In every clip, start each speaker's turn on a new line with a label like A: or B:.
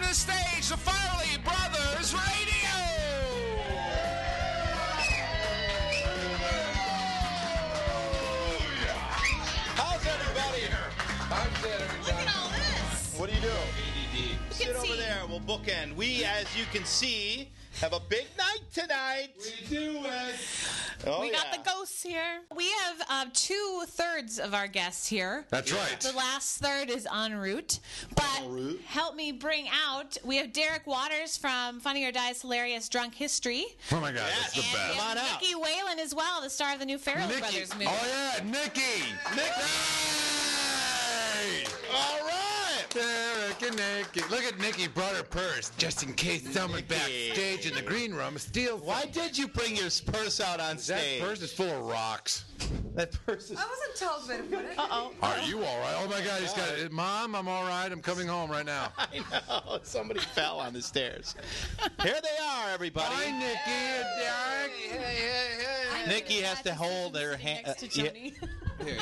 A: the stage the Farley Brothers Radio.
B: How's everybody? How's
C: Look
B: everybody?
C: at all this.
B: What are you doing?
C: You
B: Sit
C: can
B: over
C: see.
B: there. We'll bookend. We, as you can see, have a big night tonight. We do it. Oh,
C: We got
B: yeah.
C: the ghosts here. We have uh, two thirds of our guests here.
A: That's right.
C: The last third is en route. But
B: En route.
C: help me bring out, we have Derek Waters from Funny or Die's Hilarious Drunk History.
A: Oh my God,
B: Yes.
A: that's the
B: And
C: we
A: best.
B: Come on
C: have
B: out.
C: Nikki Whalen as well, the star of the new Farrell
B: Nikki.
C: Brothers movie.
A: Oh yeah, Nikki. Nikki.
B: All right.
A: Derek and Nikki. Look at Nikki brought her purse just in case someone
B: Nikki.
A: backstage in the green room steals.
B: Why did you bring your purse out on
A: That
B: stage?
A: purse is full of rocks.
B: That purse is.
C: Oh.
D: I wasn't told where to put it.
C: Uh-oh.
A: Are you all right? Oh my God, he's got it. Mom, I'm all right. I'm coming home right now.
B: I know. Somebody fell on the stairs. Here they are, everybody.
A: Hi, Nikki and Derek.
B: Nikki has to hold uh, her
C: Sitting
B: hand.
C: next to Joni.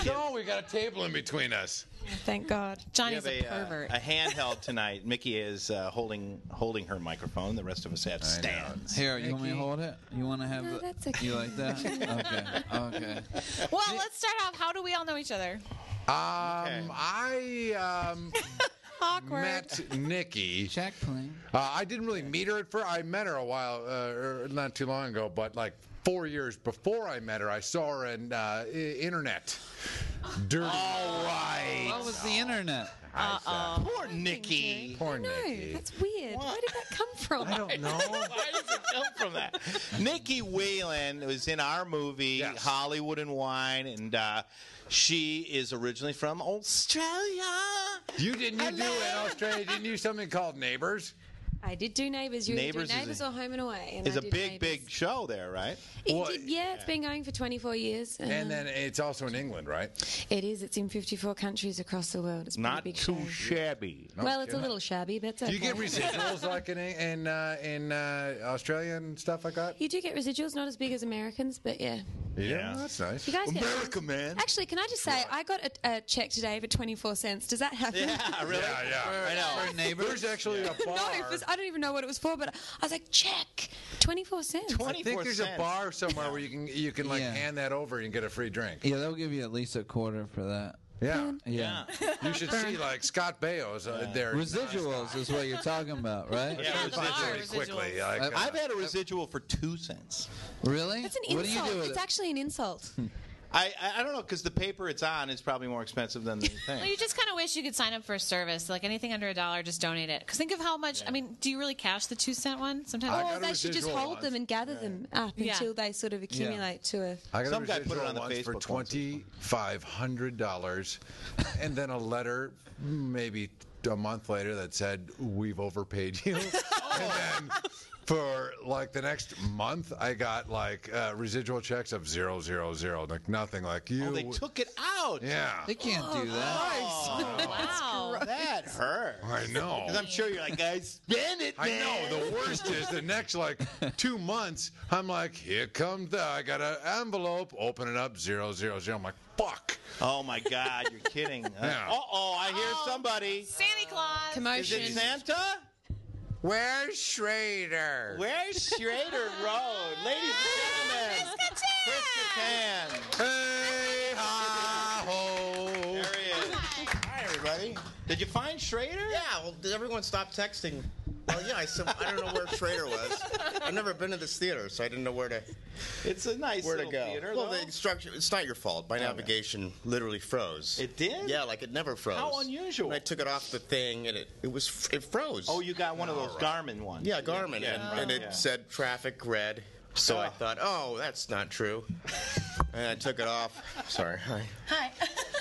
A: No, we got a table in between us.
D: Thank God.
C: Johnny's
B: We
C: a,
B: have uh,
C: pervert.
B: a handheld tonight. Mickey is uh, holding holding her microphone. The rest of us have stands.
E: Here, you want me to hold it? You want to have
D: No,
E: the-
D: that's okay.
E: You like that? Okay. Okay.
C: well, let's start off. How do we all know each other?
A: Um, I um,
C: Awkward.
A: met Nikki.
E: Check, please.
A: Uh, I didn't really meet her at first. I met her a while, uh, er, not too long ago, but like four years before I met her, I saw her in uh, I- internet. Dirty. All right.
E: What was the internet?
A: Oh,
C: Uh-oh.
B: Poor Nikki.
A: Poor
D: No,
A: Nikki.
D: that's weird. Where did that come from?
A: I don't know.
B: Why does it come from that? Nikki Whalen was in our movie
A: Yes.
B: Hollywood and Wine, and uh, she is originally from Australia.
A: You didn't you do in Australia? Didn't you something called Neighbors?
D: I did do Neighbours. You
B: Neighbours is
D: Neighbours do Neighbours
B: a-
D: or Home and Away. And
B: It's
D: I
B: a
D: did
B: big, big
D: Neighbours.
B: show there, right?
D: It
A: Well,
D: did- yeah, it's been going for 24 years.
A: And
D: um,
A: then it's also in England, right?
D: it is. It's in 54 countries across the world. It's been a
B: Not
D: big
B: too
D: show.
B: shabby.
D: well, it's a little shabby, but it's
A: Do
D: okay.
A: you get residuals like in in uh, in uh, Australia and stuff like that?
D: You do get residuals, not as big as Americans, but yeah.
B: Yeah.
A: that's nice.
D: You guys get-
B: man.
D: Actually, can I just say, I got a, a check today for 24 cents. Does that happen?
B: Yeah, really?
A: Yeah, yeah.
B: I know.
E: For neighbors?
A: There's actually a bar.
D: No, it was, I don't even know what it was for, but I was like, check, 24 cents.
A: I think
B: 24
A: there's a
B: cents.
A: bar somewhere where you can you can like
E: Yeah.
A: hand that over and get a free drink.
E: Yeah, they'll give you at least a quarter for that.
A: Yeah,
E: Yeah.
A: you should see like Scott Baio's uh, there.
E: Residuals is what you're talking about, right?
B: Yeah,
C: Yeah, the bar
A: pretty quickly.
C: residuals.
A: like, uh,
B: I've had a residual for two cents.
E: Really?
D: That's an
E: What do
D: insult.
E: you do with
D: it's
E: it?
D: actually an insult.
B: I I, I don't know because the paper it's on is probably more expensive than the thing.
C: Well, you just kind of wish you could sign up for a service. Like anything under a dollar, just donate it. Because think of how much. I mean, do you really cash the two cent one? Sometimes. Oh,
A: I
D: Or
A: got a
D: they should just
A: residual
D: hold
A: once.
D: them and gather them up
C: Yeah.
D: until they sort of accumulate to a.
A: I got
B: Some
A: a
B: guy put it
A: residual
B: on the
A: once for
B: Facebook once.
A: twenty five hundred dollars, and then a letter maybe a month later that said we've overpaid you. And then for like the next month, I got like uh, residual checks of zero zero zero, like nothing. Like you,
B: Oh, they took it out.
A: yeah,
E: They can't do that.
C: wow.
B: That hurt.
A: I know.
B: Because I'm sure you're like, guys, spend it,
A: I
B: man.
A: know. The worst is the next like two months. I'm like, here comes the. I got an envelope. Open it up. Zero zero zero. I'm like, fuck.
B: Oh my God, you're kidding. Uh
A: Yeah.
B: oh, I hear somebody.
C: Santa
B: Is
C: Claus.
B: it
D: Commotion.
B: Santa?
A: Where's Schrader?
B: Where's Schrader Road? Ladies and gentlemen, Chris Kattan.
A: Hey ha ho.
B: There he is.
F: Hi, everybody.
B: Did you find Schrader?
F: Yeah, well, did everyone stop texting? Oh, yeah, I, said, I don't know where Trader was. I've never been to this theater, so I didn't know where to
B: It's a nice
F: where to
B: little
F: go.
B: theater.
F: well,
B: though.
F: the structure, it's not your fault. My navigation literally froze.
B: It did?
F: Yeah, like it never froze.
B: How unusual.
F: And I took it off the thing, and it, it was it froze.
B: oh, you got one of those Garmin ones.
F: yeah, Garmin,
B: Yeah,
F: and,
B: right,
F: and it
B: yeah.
F: said traffic red. So I
B: Oh.
F: thought, oh, that's not true. and I took it off. Sorry, hi.
C: Hi.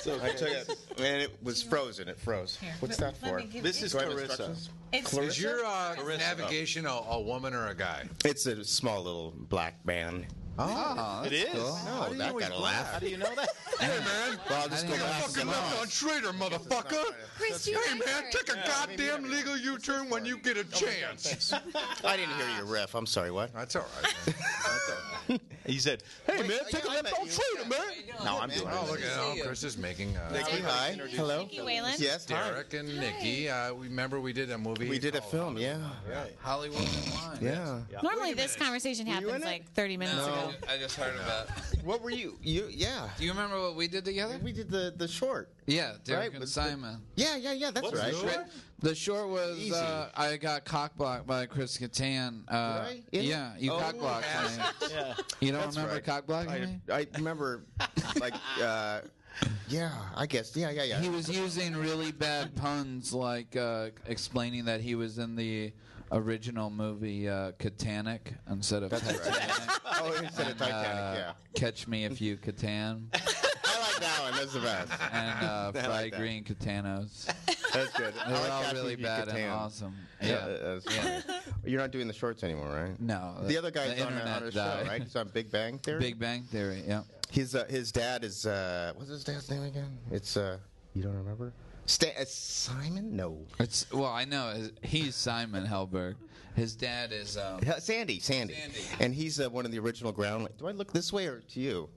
B: So
F: I took it, and it was frozen. It froze. What's that
C: let
F: for?
C: me give
B: This
C: you-
B: is
F: Do I have
B: Clarissa.
F: instructions?
C: It's
A: Is your uh,
B: Clarissa?
A: navigation a, a woman or a guy?
F: It's a small little black man.
E: Oh,
B: It
E: that's
B: is.
E: cool.
A: How do
F: Oh,
A: you
F: that
A: know he's
F: got a laugh.
B: How do you know that?
A: Hey man,
F: Well, I'll just
E: I
F: go
E: think
F: back
E: that's
F: to
A: fucking
F: the-
A: left on Schrader, motherfucker.
D: Chris, do you
A: Hey
D: like
A: man,
D: her?
A: take a goddamn legal U-turn when you get a chance.
F: I didn't hear your riff. I'm sorry. What?
A: That's all right. Man. That's all right.
B: He said, "Hey man,
F: yeah,
B: take a
F: I
B: left
F: met
B: on
F: you.
B: Schrader, man."
F: No, I'm
G: man.
F: doing
A: Oh,
F: it.
A: look at
G: see
A: oh,
G: you.
A: Chris is making uh,
F: Nikki, hi. Hello.
C: Nikki Whalen.
F: Yes, hi.
A: Derek and Nikki. Uh, we remember we did a movie.
F: We did a
A: called- uh,
F: film, yeah.
E: Hollywood and wine.
F: Yeah.
C: Normally, this conversation happens
F: in it?
C: like 30 minutes
F: No.
C: ago.
E: I just heard about.
F: What were you? You yeah.
E: Do you remember what we did together?
F: We did the the short.
E: Yeah, Derek
F: Right,
E: and
F: but-
E: Simon.
F: Yeah, yeah, yeah. That's
B: What's
F: right.
B: the short?
E: The short was
F: Easy.
E: uh, I got cockblocked by Chris Kattan. Uh,
F: Right?
E: Yeah.
F: Yeah.
E: you
F: Oh,
E: cockblocked me.
B: Yeah.
E: You don't
F: That's
E: remember
F: right.
E: cockblocking
F: I,
E: me?
F: I remember, like, uh, yeah, I guess, yeah, yeah, yeah.
E: He was using really bad puns, like uh, explaining that he was in the original movie uh, Titanic instead of Titanic.
F: oh, instead of
E: Uh,
F: Titanic, yeah.
E: Catch me if you Catan
F: I like that one. That's the best.
E: and uh,
F: like
E: Fry
F: that.
E: Green Catanos.
F: That's good. I
E: They're
F: like
E: all
F: Catch Me
E: really
F: If You
E: bad and
F: Can.
E: awesome.
F: Yeah,
E: Yeah.
F: that's funny. You're not doing the shorts anymore, right?
E: No.
F: The other guy's on, a,
E: internet
F: on a show,
E: died.
F: right? He's on Big Bang Theory.
E: Big Bang Theory. Yeah.
F: His uh, his dad is uh, what's his dad's name again? It's uh, you don't remember? Sta- uh, Simon? No.
E: It's well, I know his- he's Simon Helberg. His dad is um,
F: Uh, Sandy, Sandy,
E: Sandy.
F: and he's uh, one of the original ground. Do I look this way or to you?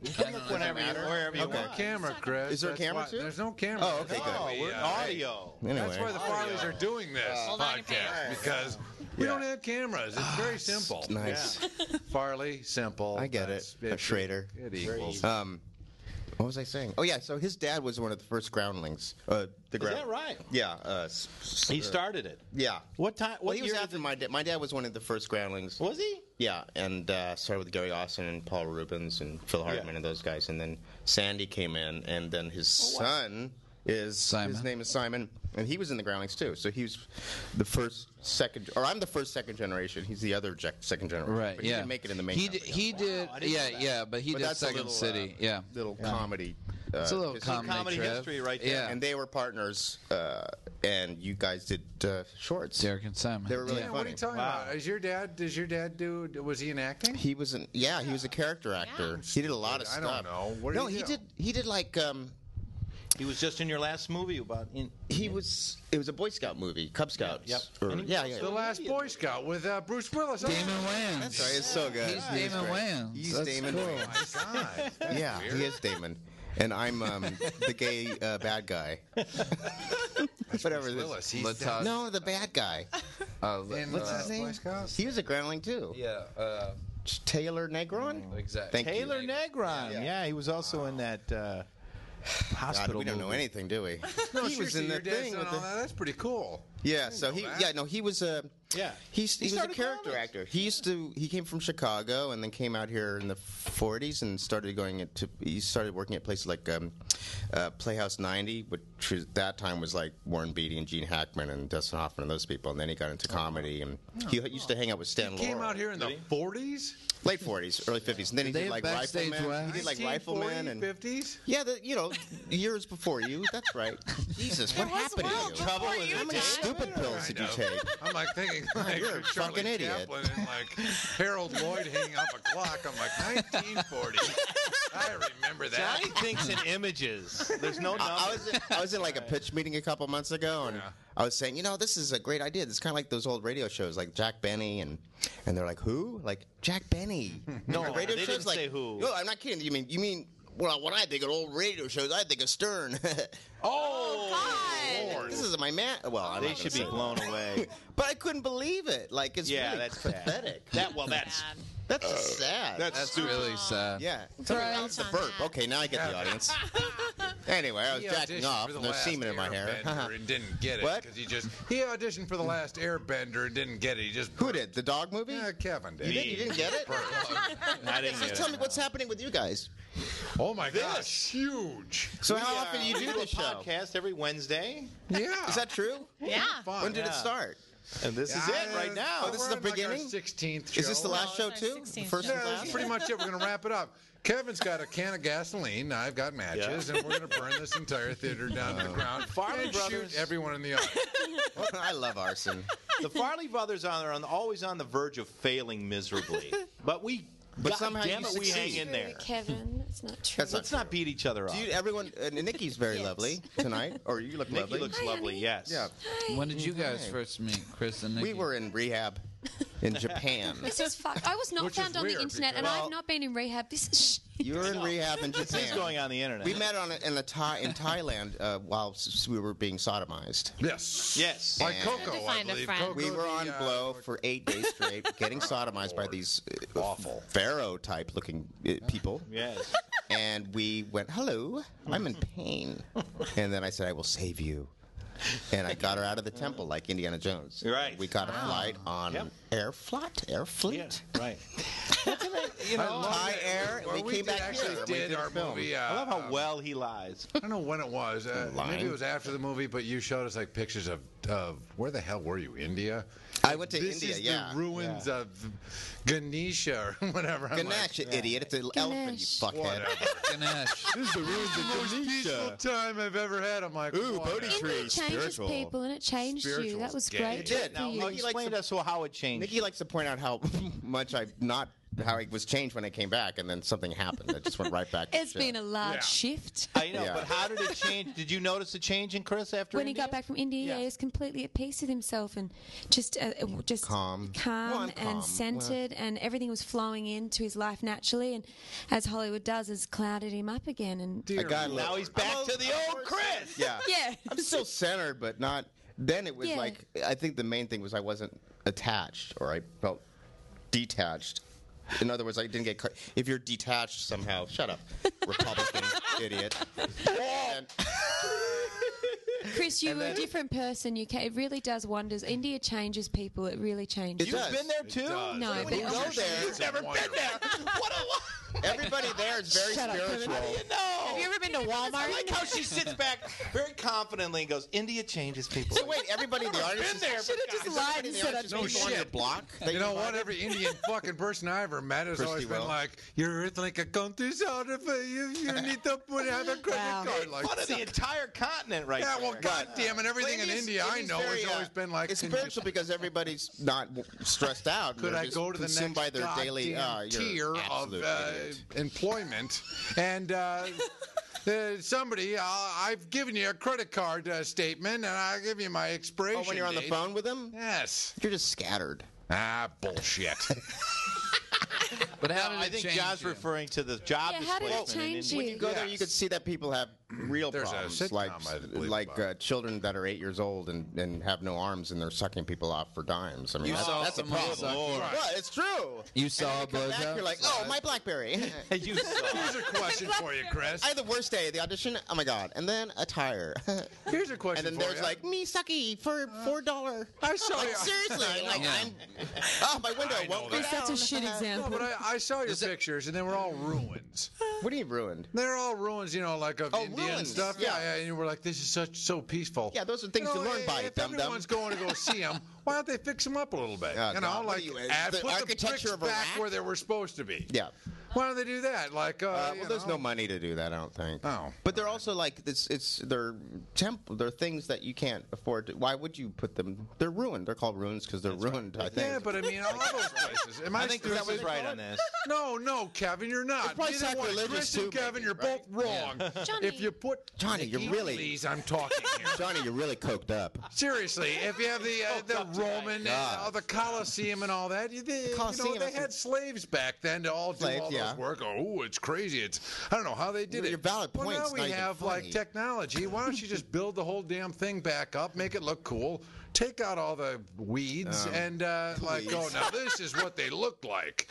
B: Whenever you, wherever you
F: Okay.
B: want.
A: Camera, Chris.
F: Is there a
A: That's
F: camera,
A: why-
F: too?
A: There's no uh, camera.
F: Oh, okay, good.
B: Oh, we're
A: Yeah.
B: audio.
F: Anyway,
A: That's why the Farleys are doing this
C: Hold on to your
A: podcast
C: pants.
A: because we
F: Yeah.
A: don't have cameras. It's very simple.
F: nice.
A: Farley, simple.
F: I get it.
A: That's-
F: Schrader.
A: It equals.
F: Um, what was I saying? Oh yeah, so his dad was one of the first groundlings. Uh,
B: Is
F: the ground.
B: that right?
F: Yeah. Uh, s- s-
B: He
F: uh,
B: started it.
F: Yeah.
B: What time? What
F: Well, he was
B: year
F: after my dad. My dad was one of the first groundlings.
B: Was he?
F: Yeah, and uh, started with Gary Austin and Paul Rubens and Phil Hartman and those guys, and then Sandy came in, and then
A: Oh,
F: his son is
E: Simon.
F: his name is Simon, and he was in the Groundlings too. So he was the first second, or I'm the first second generation. He's the other jec- second generation.
E: right.
F: but
E: yeah.
F: He didn't make it in the main.
E: He did,
F: company.
E: he did.
B: I didn't know
E: yeah,
B: that.
E: yeah. But he
F: But
E: did
F: that's a
E: Second
F: little, uh,
E: City. yeah.
F: little comedy. Uh,
E: It's a little
F: history.
E: comedy,
B: comedy
E: trip.
B: history right there.
E: Yeah.
F: And they were partners, uh, and you guys did uh, shorts.
E: Derek and Simon.
F: They were really
E: yeah.
A: what are you talking
B: Wow.
A: about? Is your dad? Does your dad do? Was he in acting?
F: He was an yeah, he was a character actor. He did a lot of
A: I
F: stuff.
A: don't know. What did
F: no,
A: he
F: he
A: do?
F: did he did like um
B: He was just in your last movie about. In,
F: he was it was a Boy Scout movie, Cub Scouts.
B: yep.
F: Or-
B: And he
F: yeah,
B: was
F: yeah.
A: The Last Boy Scout with uh, Bruce Willis. Oh,
E: Damon Wayans.
F: That's right, it's so good.
E: He's Damon Wayans.
F: He's
E: That's
F: Damon
E: cool.
F: Wayans.
A: my God.
F: Yeah, he is Damon. And I'm um, the gay uh, bad guy. Whatever
A: Bruce
F: this-
A: Willis. He's
E: Let's
A: the-
E: talk-
F: No, the bad guy.
E: Uh, li-
A: in
F: What's
A: uh,
F: his name?
A: Boy Scouts?
F: He was a groundling too.
E: yeah. Uh,
F: Taylor Negron?
E: exactly.
F: Thank you.
B: Taylor Negron.
F: Yeah.
B: Yeah. he was also in that uh,
F: God,
B: hospital.
F: we don't know
B: movie.
F: anything, do we?
A: No,
F: he was
A: seriously,
F: in
A: your
F: that
A: dad's
F: thing
A: done
F: with
A: all
F: the
A: that. That's pretty cool.
F: Yeah, so he
A: that.
F: yeah no he was a
B: Yeah.
F: he's
B: He
F: he, was a
B: started
F: character
B: comedy.
F: actor. He used to he came from Chicago and then came out here in the 40s and started going into he started working at places like um, uh, Playhouse 90, which was, that time was like Warren Beatty and Gene Hackman and Dustin Hoffman and those people. And then he got
A: Oh,
F: into comedy and he used to hang out with Stan.
A: Came
F: Laurel.
A: out here in the 40s,
F: late 40s, early 50s, and then he
E: Did they
F: did like
E: have backstage
F: Rifleman. He did like
A: 1940s,
F: Rifleman and
A: 50s.
F: yeah, the, you know, years before you. That's right. Jesus, what happened
C: well
F: to you?
C: before you
F: How many
C: died.
F: stupid pills did you
A: Kind
F: take?
A: of. I'm like thinking like
F: You're a
A: Charlie
F: fucking idiot.
A: Chaplin and like Harold Lloyd hanging up a clock. I'm like 1940. I remember that.
B: Johnny thinks in images. There's no number.
F: I, I was I was in like a pitch meeting a couple months ago, and
A: Yeah.
F: I was saying, you know, this is a great idea. This is kind of like those old radio shows, like Jack Benny, and and they're like, who? Like Jack Benny? No, radio
B: they
F: shows
B: didn't
F: like
B: say who.
F: No, I'm not kidding. You mean you mean? Well, when I think of old radio shows, I think of Stern.
C: God.
F: this is my man. Well, I'm
B: Oh, they
F: not
B: should be
F: gonna say
B: blown away.
F: that. But I couldn't believe it. Like it's
B: Yeah,
F: really
B: that's sad.
F: pathetic.
B: That well, that's
F: That's sad.
E: That's really sad.
F: yeah. Somebody else the
C: on
F: burp.
C: that.
F: Okay, now I get the audience. anyway, I was
A: He
F: jacking
A: auditioned
F: off.
A: for
F: and
A: the
F: There's
A: last
F: semen in my hair.
A: Airbender and didn't get it
F: What?
A: because he just he auditioned for the last Airbender and didn't get it. He just
F: Who did the dog movie?
A: Yeah, Kevin did.
F: You didn't, you didn't get it?
B: I didn't
F: Just
B: get
F: tell
B: it.
F: me what's happening with you guys.
A: Oh my gosh, huge!
F: So
B: We
F: how
B: are-
F: often do you
B: we
F: do
B: a
F: this show?
B: Podcast every Wednesday,
A: Yeah,
F: Is that true?
C: Yeah.
A: fun?
F: When did
B: Yeah.
F: it start?
B: and this is it right now.
F: Oh, this is
A: We're
F: the
A: in, like, our
F: beginning?
A: 16th
F: Is this
A: show.
F: the last
C: No,
F: show
C: it's our
F: too? The
C: 16th
F: First
C: show.
F: and
A: Yeah, that's
F: last?
A: pretty much it. We're going to wrap it up. Kevin's got a can of gasoline. I've got matches, and we're going to burn this entire theater down to the ground
B: Uh-huh. Farley
A: and
B: Brothers.
A: shoot everyone in the audience.
F: I love arson.
B: the Farley brothers are on, always on the verge of failing miserably, but we.
F: But
B: God
F: somehow
B: damn
F: you
B: it, we hang
F: succeed.
B: in there.
G: Kevin, it's not true.
F: That's not
B: Let's not beat each other up.
F: Do you, everyone, uh, Nikki's very
G: Yes.
F: lovely tonight. Or you look
B: Nikki
F: lovely.
B: looks lovely. Yes.
F: Yeah.
E: When did you guys first meet, Chris and Nikki?
F: We were in rehab. in Japan.
D: This is fuck. I was not
A: Which is
D: found on
A: weird
D: the internet, and
A: because-
F: Well-
D: I've not been in rehab. This is shit.
F: You were in rehab in Japan.
B: This is going on the internet.
F: We met on a, in, a Thai, in Thailand uh, while s- we were being sodomized.
A: Yes.
B: Yes.
A: Like
F: And-
A: Coco,
C: Good to
A: I
C: find a
A: believe.
C: friend.
A: Coco,
F: We were
A: the,
F: on
A: uh,
F: blow for eight days straight, getting sodomized by these uh,
A: Awful.
F: pharaoh type looking uh, people.
B: Yes.
F: And we went, hello, I'm in pain. And then I said, I will save you. And I got her out of the temple like Indiana Jones.
B: Right.
F: We got a flight on
B: Yep.
F: Air Flight, Air Fleet.
B: Yes. Right.
A: you know,
F: Thai Air, and
A: Well,
F: we,
A: we
F: came
A: did
F: back
A: actually
F: here. and we
A: did
F: did a
A: our
F: film.
A: movie. Uh,
B: I love how well he lies.
A: I don't know when it was. Uh, maybe
F: Lying.
A: it was after the movie, but you showed us like pictures of, of where the hell were you? India.
F: I went to
A: this
F: India,
A: is
F: yeah.
A: the ruins
B: Yeah.
A: of Ganesha or whatever. I'm
F: Ganesh, you idiot. It's an elephant, you
D: Ganesh.
A: Like,
F: fuckhead.
A: whatever.
E: Ganesh.
G: This is the ruins
A: the most peaceful time I've ever had. I'm like,
G: Ooh,
A: whatever.
G: Bodhi tree.
D: It changes
G: spiritual.
D: people, and it changed you. That
A: Spiritual's
D: was
A: gay.
D: great.
A: It
D: Good
F: did.
D: for
B: Now,
D: you.
F: Nikki likes
B: explain
F: to-
B: to us how it changed.
F: Nikki likes to point out how much I've not, how I was changed when I came back, and then something happened. I just went right back to
D: It's
F: shit.
D: been a large
A: Yeah.
D: shift.
B: I know,
F: Yeah.
B: but how did it change? Did you notice a change in Chris after
D: When he
B: India?
D: got back from India,
B: Yeah.
D: he was completely at peace with himself and just uh, uh, just
F: Calm.
D: calm
F: Well, I'm
D: and
F: calm.
D: centered, and everything was flowing into his life naturally. And as Hollywood does, has clouded him up again. And
A: Dear
F: I got
A: Lord.
B: Now he's back to the old Chris.
F: Yeah.
D: yeah,
F: I'm still centered, but not. Then it was
D: Yeah.
F: like I think the main thing was I wasn't attached, or I felt detached. In other words, I didn't get. Caught. If you're detached somehow, shut up, Republican idiot. And-
D: Chris, you were a different person. You ca it really does wonders. India changes people. It really changes.
F: It
B: You've
F: does.
B: been there
A: It
B: too.
A: does.
D: No,
A: It
D: but-
A: was
D: You go
A: actually-
F: there.
A: it's a wonderful-
B: What a lie!
F: Everybody there is very spiritual.
B: No.
C: Have you ever been to
B: I
C: Walmart?
B: like how she sits back very confidently and goes, "India changes people."
F: So wait, everybody in the audience
B: been
F: is-
B: there, but
D: just
B: guys,
D: lied
F: everybody in
D: and
F: the
D: said
F: audience
A: No
F: is people on
A: shit.
F: your block. that
A: You know
F: invited?
A: what? Every Indian fucking person I ever met has
F: Christy
A: always been
F: Wells.
A: like, "Your ethnic account is out of it. You, you need to put have a credit
D: Wow.
A: card." Like,
B: Fun of the entire continent, right?
A: yeah, well,
B: there.
A: goddamn
F: uh,
A: it, everything in
F: India's-
A: India I
F: India's
A: know has
F: very, uh,
A: always been like,
F: it's
A: "Can you-
F: spiritual because everybody's not w- stressed out.
A: could
F: They're
A: I
F: just
A: go to the
F: consumed
A: next
F: by their daily
A: goddamn
F: uh,
A: tier
F: you're an
A: of
F: absolute
A: uh,
F: idiot.
A: employment?" and uh, uh, somebody, uh, I've given you a credit card uh, statement, and I'll give you my expiration.
F: Oh, when you're on the
A: date.
F: phone with them,
A: Yes.
F: you're just scattered.
A: Ah, bullshit.
E: But how did
B: I
E: it
B: think
E: change
B: John's
E: you?
B: referring to the job
D: Yeah, how did it
B: displacement in
D: change
B: India.
D: you?
F: Go there, you
A: Yes.
F: could see that people have real
A: There's a
F: problems,
A: sitcom
F: like
A: I believe
F: like
A: about.
F: uh, children that are eight years old and, and have no arms and they're sucking people off for dimes. I mean,
E: You
F: that's,
E: saw
F: that's a
E: someone
F: problem.
E: suck you
A: off.
F: Well, it's true.
E: You saw a
F: Come back,
E: blowjob.
F: you're like, oh, my BlackBerry.
B: You saw.
A: Here's a question for you, Chris.
F: I had the worst day. The audition. Oh my god. And then a tire.
A: Here's a question
F: And then
A: for
F: there's
A: you.
F: like me sucky for four dollar.
A: I saw
F: Like
A: you.
F: seriously, like
E: Yeah.
F: I'm. Oh, my window
A: I know
F: won't go
A: that.
F: down.
D: That's a shit
A: No,
D: example.
A: but I, I saw your pictures, and they were all ruins.
F: What do you ruined?
A: They're all ruins, you know, like of
F: Oh,
A: Indian
F: ruins.
A: stuff.
F: Yeah.
A: and you were like, "This is such so peaceful."
F: Yeah, those are things
A: you,
F: you learn by,
A: If
F: dum-dum.
A: everyone's going to go see them, why don't they fix them up a little bit?
F: Oh,
A: you know,
F: God, what
A: like
F: are you,
A: add,
F: the
A: put
F: architecture
A: bricks
F: of
A: back
F: Iraq?
A: where they were supposed to be.
F: Yeah.
A: Why don't they do that? Like, uh,
F: Uh,
A: you
F: well, there's
A: know.
F: no money to do that. I don't think.
A: Oh.
F: but they're also like it's it's they're temp they're things that you can't afford. to... Why would you put them? They're ruined. They're called ruins because they're ruined. I think.
A: Yeah, but I mean, all those places. Am I,
B: I think
A: stupid?
B: Chris is right on this.
A: No, no, Kevin, you're not.
F: probably
A: Neither one.
F: sacrilegious
A: Chris and
F: too,
A: Kevin,
F: maybe,
A: you're
F: right?
A: both wrong.
C: Johnny.
A: If you put
F: Johnny, you're really-
A: Please, I'm talking here.
F: Johnny, you're really coked up.
A: Seriously, if you have the
F: Oh,
A: uh, the Roman and all the Colosseum and all that, you, they, you know
F: Colosseum,
A: they
F: that's
A: had
F: a-
A: slaves back then to all do
F: Slaves,
A: all
F: yeah.
A: those work. Oh, it's crazy. It's I don't know how they did
F: Your-
A: it.
F: your valid
A: well,
F: point's
A: now
F: not
A: we
F: even
A: have like
F: funny.
A: technology. Why don't you just build the whole damn thing back up, make it look cool, take out all the weeds,
F: Um,
A: and uh, like, oh, now this is what they look like.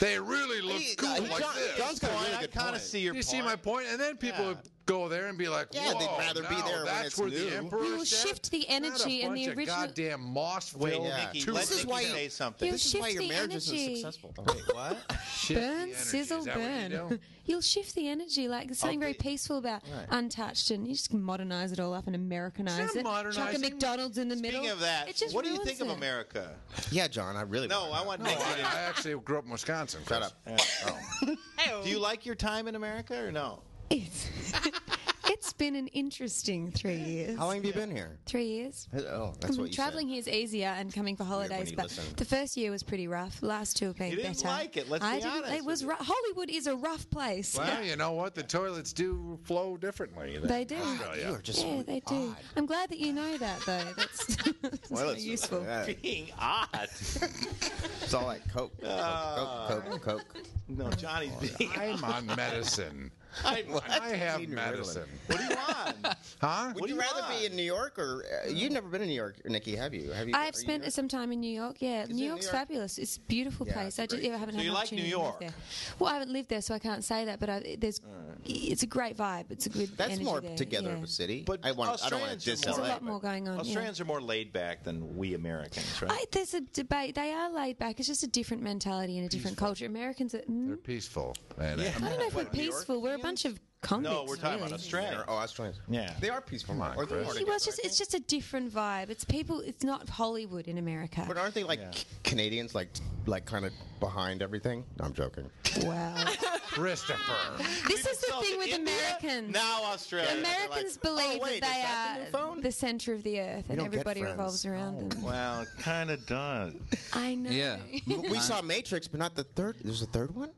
A: They really look cool like
F: John,
A: this.
F: John's got a really
B: I
F: good
B: kind of
F: point.
B: see your
A: you
B: point.
A: see my point? And then people
B: Yeah.
A: would go there and be like,
F: Yeah, they'd
A: "Whoa,
F: rather be
A: now
F: there when
A: that's
F: it's
A: where the
F: new."
A: emperor
D: You will
A: sat?
D: shift the
A: Not a
D: energy and the
A: bunch of
D: original-
A: goddamn moss
B: Phil,
A: filled
F: Yeah.
B: Nikki,
A: to
B: let
F: This is
B: Nikki
F: why you-
B: say something.
D: You'll
F: This is why
D: shift
F: your
D: the
F: marriage isn't
D: energy.
F: successful.
B: What?
A: shift the
D: burn,
A: energy. Is
D: sizzle,
A: that what you
D: burn.
A: do?
D: You'll shift the energy. Like there's something very
B: Okay.
D: peaceful about untouched, and you just modernize it all up and Americanize
A: It's
D: it.
A: not
D: Chuck a
A: modernising.
D: McDonald's in the middle.
B: Speaking of that,
D: it just
B: what do you
D: ruins
B: think of
D: it.
B: America?
F: Yeah, John, I really.
B: No,
F: wanna
B: I
F: know.
B: want
A: No,
B: Nikki.
A: Oh, I,
B: to-
A: I actually grew up in Wisconsin.
F: Shut
A: Chris.
F: up.
B: Do you like your time in America or no?
D: It's, it's it's been an interesting three years.
F: How long have you been here?
D: Three years. Mm,
F: Oh, that's what you
D: Traveling
F: said.
D: here is easier and coming for holidays,
F: you
D: but
F: listen.
D: the first year was pretty rough. Last two have been
B: You didn't
D: better.
B: like it, let's
D: I
B: be
D: didn't-
B: honest
D: It was
B: with
D: ru- Hollywood is a rough place.
A: Well, you know what? The toilets do flow differently. than
D: They do.
A: Australia.
F: You are just
D: Yeah, they do. I'm glad that you know that, though. That's, that's
F: Well, uh,
D: really useful.
F: yeah,
B: Being odd.
F: it's all like Coke, Coke, Coke, Coke. Coke.
B: No, Johnny's being.
A: I'm on medicine.
B: I'm,
A: I have
F: Ritalin.
A: medicine.
B: what do you want?
A: Huh?
F: Would
B: do
F: you
B: you
F: rather
B: want?
F: be in New York or uh, you've never been in New York, Nikki? Have you? Have you? are you
D: I've
F: New
D: spent
F: York-
D: some time in New York. Yeah,
F: it
D: New
F: New
D: York's
F: York?
D: fabulous. It's a beautiful
F: Yeah,
D: place. I
F: it's
D: just
F: great.
D: yeah, I haven't
B: So
D: had
B: you
D: an
B: like New
D: opportunity to live
B: York?
D: there. Well, I haven't lived there, so I can't say that. But I, there's, it's a great vibe. It's a good.
F: Hmm. That's
D: energy
F: more
D: there,
F: together
D: yeah.
F: of a city.
B: But
F: I want. I don't want
B: Australians
F: to diss
B: are
D: There's
B: more
D: a
B: All
F: LA,
B: right,
D: lot more going on. yeah.
B: Australians are more laid back than we Americans, right?
D: I, there's a debate. They are laid back. It's just a different mentality and a different culture. Americans are. Mm,
A: They're peaceful. And
D: I don't know if we're
F: New York
D: peaceful. We're a bunch of convicts.
B: no, we're talking
D: really.
B: about
F: but-
B: Australia.
F: Or- Oh, Australians.
B: Yeah.
F: they are peaceful.
A: Come on,
F: Or they're
A: Chris.
F: more
D: Yeah, well,
F: together,
D: it's just
F: I
D: it's
F: think.
D: just a different vibe. It's people. It's not Hollywood in America.
F: But aren't they like
B: Yeah.
F: Canadians, like like kind of behind everything? No, I'm joking.
D: wow.
A: uh, Christopher.
D: this is the
B: So
D: thing
B: to
D: with
B: India,
D: Americans.
B: Now Australia.
D: Americans
F: They're like,
D: believe
F: "Oh, wait, is that
D: that
F: the new
D: they
F: phone?"
D: are the center of the earth and
F: don't get
D: everybody
F: friends. Oh,
D: revolves around them.
B: Well, it kind of does.
D: I know.
E: Yeah.
F: we saw Matrix, but not the third. There's a third one.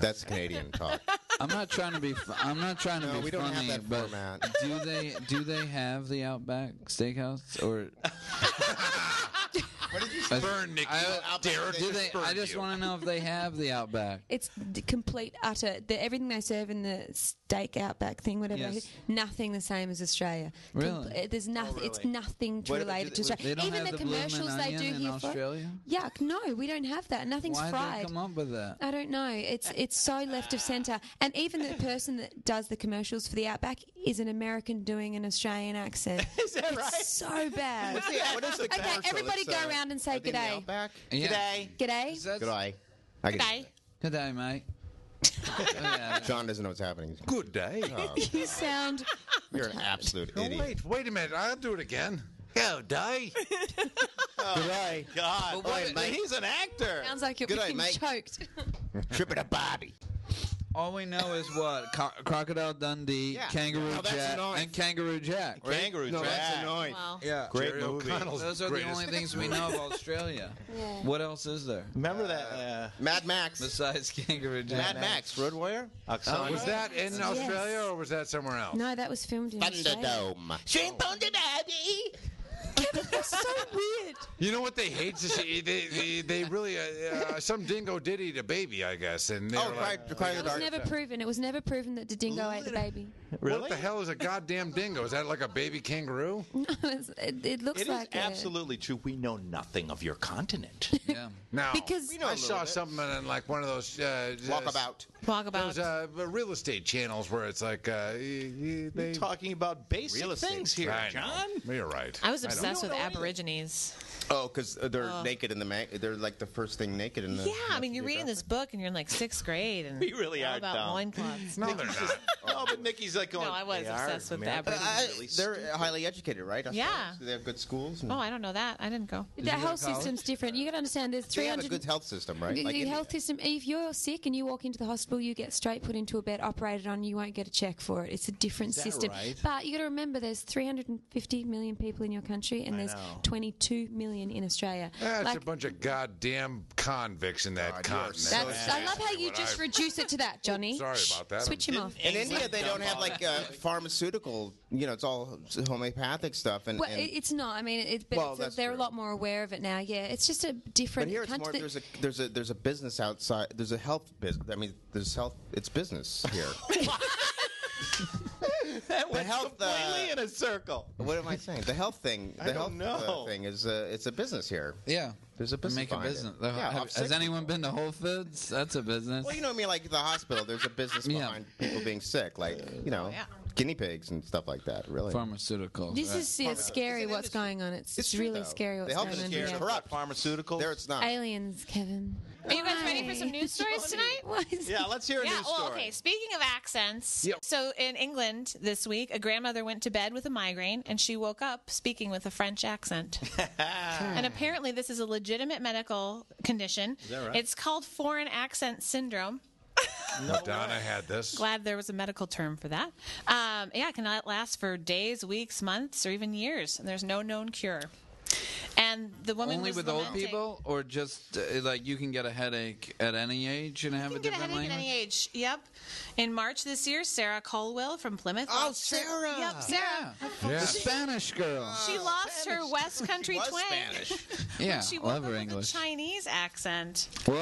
F: That's Canadian talk.
E: I'm not trying to be. Fu- I'm not trying to
F: No,
E: be
F: we don't have
E: funny,
F: that
E: but
F: format.
E: do they do they have the Outback Steakhouse or
F: what did you say?
A: Burn, Nikki.
E: I-
A: dare
E: do they?
A: burn
E: I just
A: you.
E: want to know if they have the Outback.
D: It's d- complete utter. The, everything they serve in the steak outback thing, whatever.
E: Yes.
D: it is, Nothing the same as Australia.
E: Really?
D: Compl- uh, there's nothing. It's
B: really?
D: nothing to
F: Oh, What about
D: related
F: the-
D: to Australia.
E: They don't
D: Even
E: have
D: the
E: the bloomin'
D: commercials they do
E: onion in
D: here
E: Australia?
D: for. Yuck! No, we don't have that. Nothing's
E: Why did
D: fried.
E: they come up with that?
D: I don't know. It's it's so left of centre, and even the person that does the commercials for the Outback is an American doing an Australian accent. is that it's right? So bad.
F: What's the- what is the
D: Okay,
F: commercial?
D: everybody
F: It's,
D: go around and say
F: are they in the
D: g'day.
F: Outback?
E: Yeah.
B: Today.
D: G'day.
E: That's-
F: Good eye. I can-
C: Bye.
E: Good day, mate. Oh, yeah.
F: John doesn't know what's happening.
A: Good day.
F: Oh,
D: You sound.
F: You're an absolute
A: Oh,
F: idiot.
A: wait, wait a minute. I'll do it again. Go day.
F: G'day.
B: Oh, God,
F: Wait, mate.
B: he's an actor.
D: Sounds like you're
F: G'day,
D: being
F: mate.
D: choked.
F: Tripping a Bobby.
E: All we know is what Co- Crocodile Dundee,
F: Yeah.
E: Kangaroo
F: No, that's
E: Jack,
F: annoying.
E: and Kangaroo Jack. Right?
B: Kangaroo
F: No, that's
B: Jack.
F: annoying.
C: Wow.
E: yeah.
B: Great
A: Jerry
B: movie.
A: O'Connell's
E: Those are the
A: greatest-
E: only things we know of Australia. What else is there
B: Remember that? Uh,
F: Mad Max.
E: besides Kangaroo Jack?
F: Mad Max. Road Warrior.
B: Oksana?
A: Was that in Australia or was that somewhere else?
D: No, that was filmed in Australia.
F: Thunderdome. Shrimp on the daddy.
D: That's so weird.
A: You know what they hate to see? They, they, they really, uh, uh, some dingo did eat a baby, I guess. And they
F: Oh,
A: were
F: Cry,
A: like,
F: Cry in the
D: It was
F: Dark.
D: never proven. It was never proven that the dingo ate the baby.
B: really?
A: what the hell is a goddamn dingo? Is that like a baby kangaroo?
D: It, it, looks
B: It is
D: like
B: absolutely true. We know nothing of your continent.
E: Yeah.
A: No.
D: Because- We know a
A: I
F: little
A: saw
F: bit.
A: something in like one of those uh,
F: Walkabout.
C: Walk about.
A: Those uh, real estate channels where it's like uh, y- y- they
B: Talking about basic
F: Real estate.
B: things here,
A: I know.
B: John.
A: You're right.
C: I was obsessed
B: You
C: with
B: don't know
C: Aborigines.
F: Oh, because they're naked in the mag. They're like the first thing naked in the.
C: Yeah, I mean, you're reading this book and you're in like sixth grade, and
B: We really
C: all
B: are
C: about
B: dumb.
C: loincloths.
A: No, they're not.
B: No, Oh, but Nikki's like going.
C: No, I was
B: "They are
C: obsessed with the
B: American."
C: Aborigines.
F: I, they're highly educated, right?
C: Yeah.
F: So they have good schools. And
C: Oh, I don't know that. I didn't go.
D: The health
E: college?
D: system's different. You got to understand. There's
F: they have a
D: 300.
F: good health system, right?
D: the
F: Like
D: the
F: in-
D: health system. If you're sick and you walk into the hospital, you get straight put into a bed, operated on. You won't get a check for it. It's a different
B: that
D: system.
B: right?
D: But you got to remember, there's 350 million people in your country, and there's
B: know.
D: 22 million in Australia.
A: That's
D: Like,
A: a bunch of goddamn convicts in that
F: God, you are
A: continent.
F: so
D: that's- I love how you
A: That's
D: just
A: what I-
D: reduce it to
F: Oh,
D: that, Johnny.
A: Sorry about that.
D: Switch him off.
F: in India, they don't have like uh, pharmaceutical. You know, it's all homeopathic stuff. And,
D: Well,
F: and
D: it, it's not. I mean, it's but
F: Well,
D: it's a-
F: that's
D: they're
F: true.
D: a lot more aware of it now. Yeah, it's just a different.
F: but here it's
D: country
F: more.
D: that-
F: There's a there's a there's a business outside. There's a health business. I mean, there's health. It's business here.
B: that went
F: health, uh,
B: completely in a circle.
F: what am I saying? The health thing. The
B: I
F: health
B: don't
F: uh,
B: know.
F: thing is uh, it's a business here.
E: Yeah.
F: There's a
E: They
F: business
E: Make a
F: behind it.
E: business.
F: Yeah,
E: Have-
F: I'm sick.
E: has anyone been to Whole Foods? That's a business.
F: Well, you know what I mean? Like the hospital, there's a business
E: Yeah.
F: behind people being sick, like, you know,
C: yeah.
F: guinea pigs and stuff like that, really.
E: Pharmaceutical.
D: This
E: right.
D: is yeah, scary. What's going on? It's,
F: It's
D: it's
F: true,
D: really
F: though.
D: scary. What's
F: The health
D: going on?
F: industry is
D: here.
F: corrupt.
B: About pharmaceuticals.
F: There it's not.
D: Aliens, Kevin.
C: Are you guys ready for some
D: Why?
C: news stories tonight?
D: Why is
B: yeah, let's hear a
C: Yeah,
B: news
C: well,
B: story.
C: okay. Speaking of accents, so in England this week, a grandmother went to bed with a migraine and she woke up speaking with a French accent. and apparently, this is a legitimate medical condition.
B: that right?
C: It's called foreign accent syndrome.
A: Madonna had this.
C: Glad there was a medical term for that. Um, yeah, it can last for days, weeks, months, or even years, and there's no known cure. And the woman
E: Only
C: was
E: with old
C: lamenting-
E: people, or just uh, like you can get a headache at any age and have
C: You
E: a
C: can get a
E: different
C: headache at
E: language.
C: any age. Yep. In March this year, Sarah Colwell from Plymouth.
F: Oh,
C: lost her-
F: Sarah.
C: Yep, Sarah.
E: The
A: Yeah.
E: Spanish girl.
C: She lost her West Country
F: was
C: twang.
F: Spanish.
E: Yeah,
C: She woke
E: love
C: up
E: her
C: with
E: English.
C: a Chinese accent.
E: Whoa.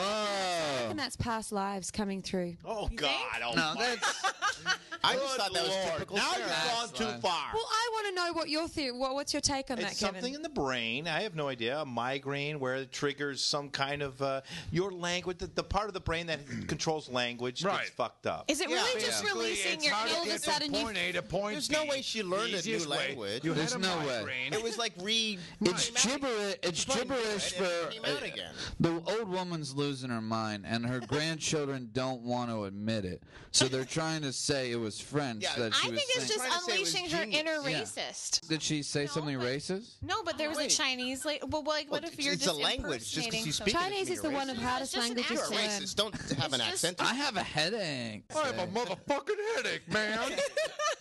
D: And that's past lives coming through.
B: Oh God! Oh
E: No,
B: my
E: that's
F: I just thought that was
B: Lord.
F: typical.
B: Now
F: Sarah.
E: That's
B: you've gone too
E: fine.
B: far.
D: Well, I want to know what your theory. What, what's your take on
B: it's
D: that,
B: something
D: Kevin?
B: in the brain. I have no idea. A migraine where it triggers some kind of uh, your language. The, the part of the brain that controls language gets
A: Right.
B: fucked up.
C: Is it really just
A: Basically,
C: releasing
A: it's
C: your
A: how to
D: all of a
A: get
C: illness?
A: from
D: sudden you-
A: point A to point
F: There's
A: B.
F: no way she learned a
A: The
F: new
A: easiest way.
F: language.
A: You
E: There's
A: had a
E: no way.
A: migraine.
F: It was like re.
E: it's gibberish. It's gibberish
F: Right, and it
E: for uh,
F: came out again.
E: the old woman's losing her mind, and her grandchildren don't want to admit it. So they're trying to say it was French
F: Yeah,
E: that
C: I
E: she was
C: think it's
E: saying.
C: just
F: Trying to say it was
C: unleashing her
F: genius.
C: inner
E: Yeah.
C: racist.
E: Did she say something
C: but-
E: racist?
C: No, but there was a
F: Wait.
C: Chinese. La- well, like, what
F: Well,
C: if you're
F: it's
C: just
F: a language. Just 'cause
C: impersonating
F: you
C: some-
F: speak it
D: Chinese
F: doesn't
D: is the
F: mean
D: one of
F: you're
D: hardest
C: racist. It's just an
D: languages
F: You're
D: to
C: accent.
D: learn.
F: racist. Don't have an
C: just-
F: accent.
E: I have a headache.
A: I have a motherfucking headache, man.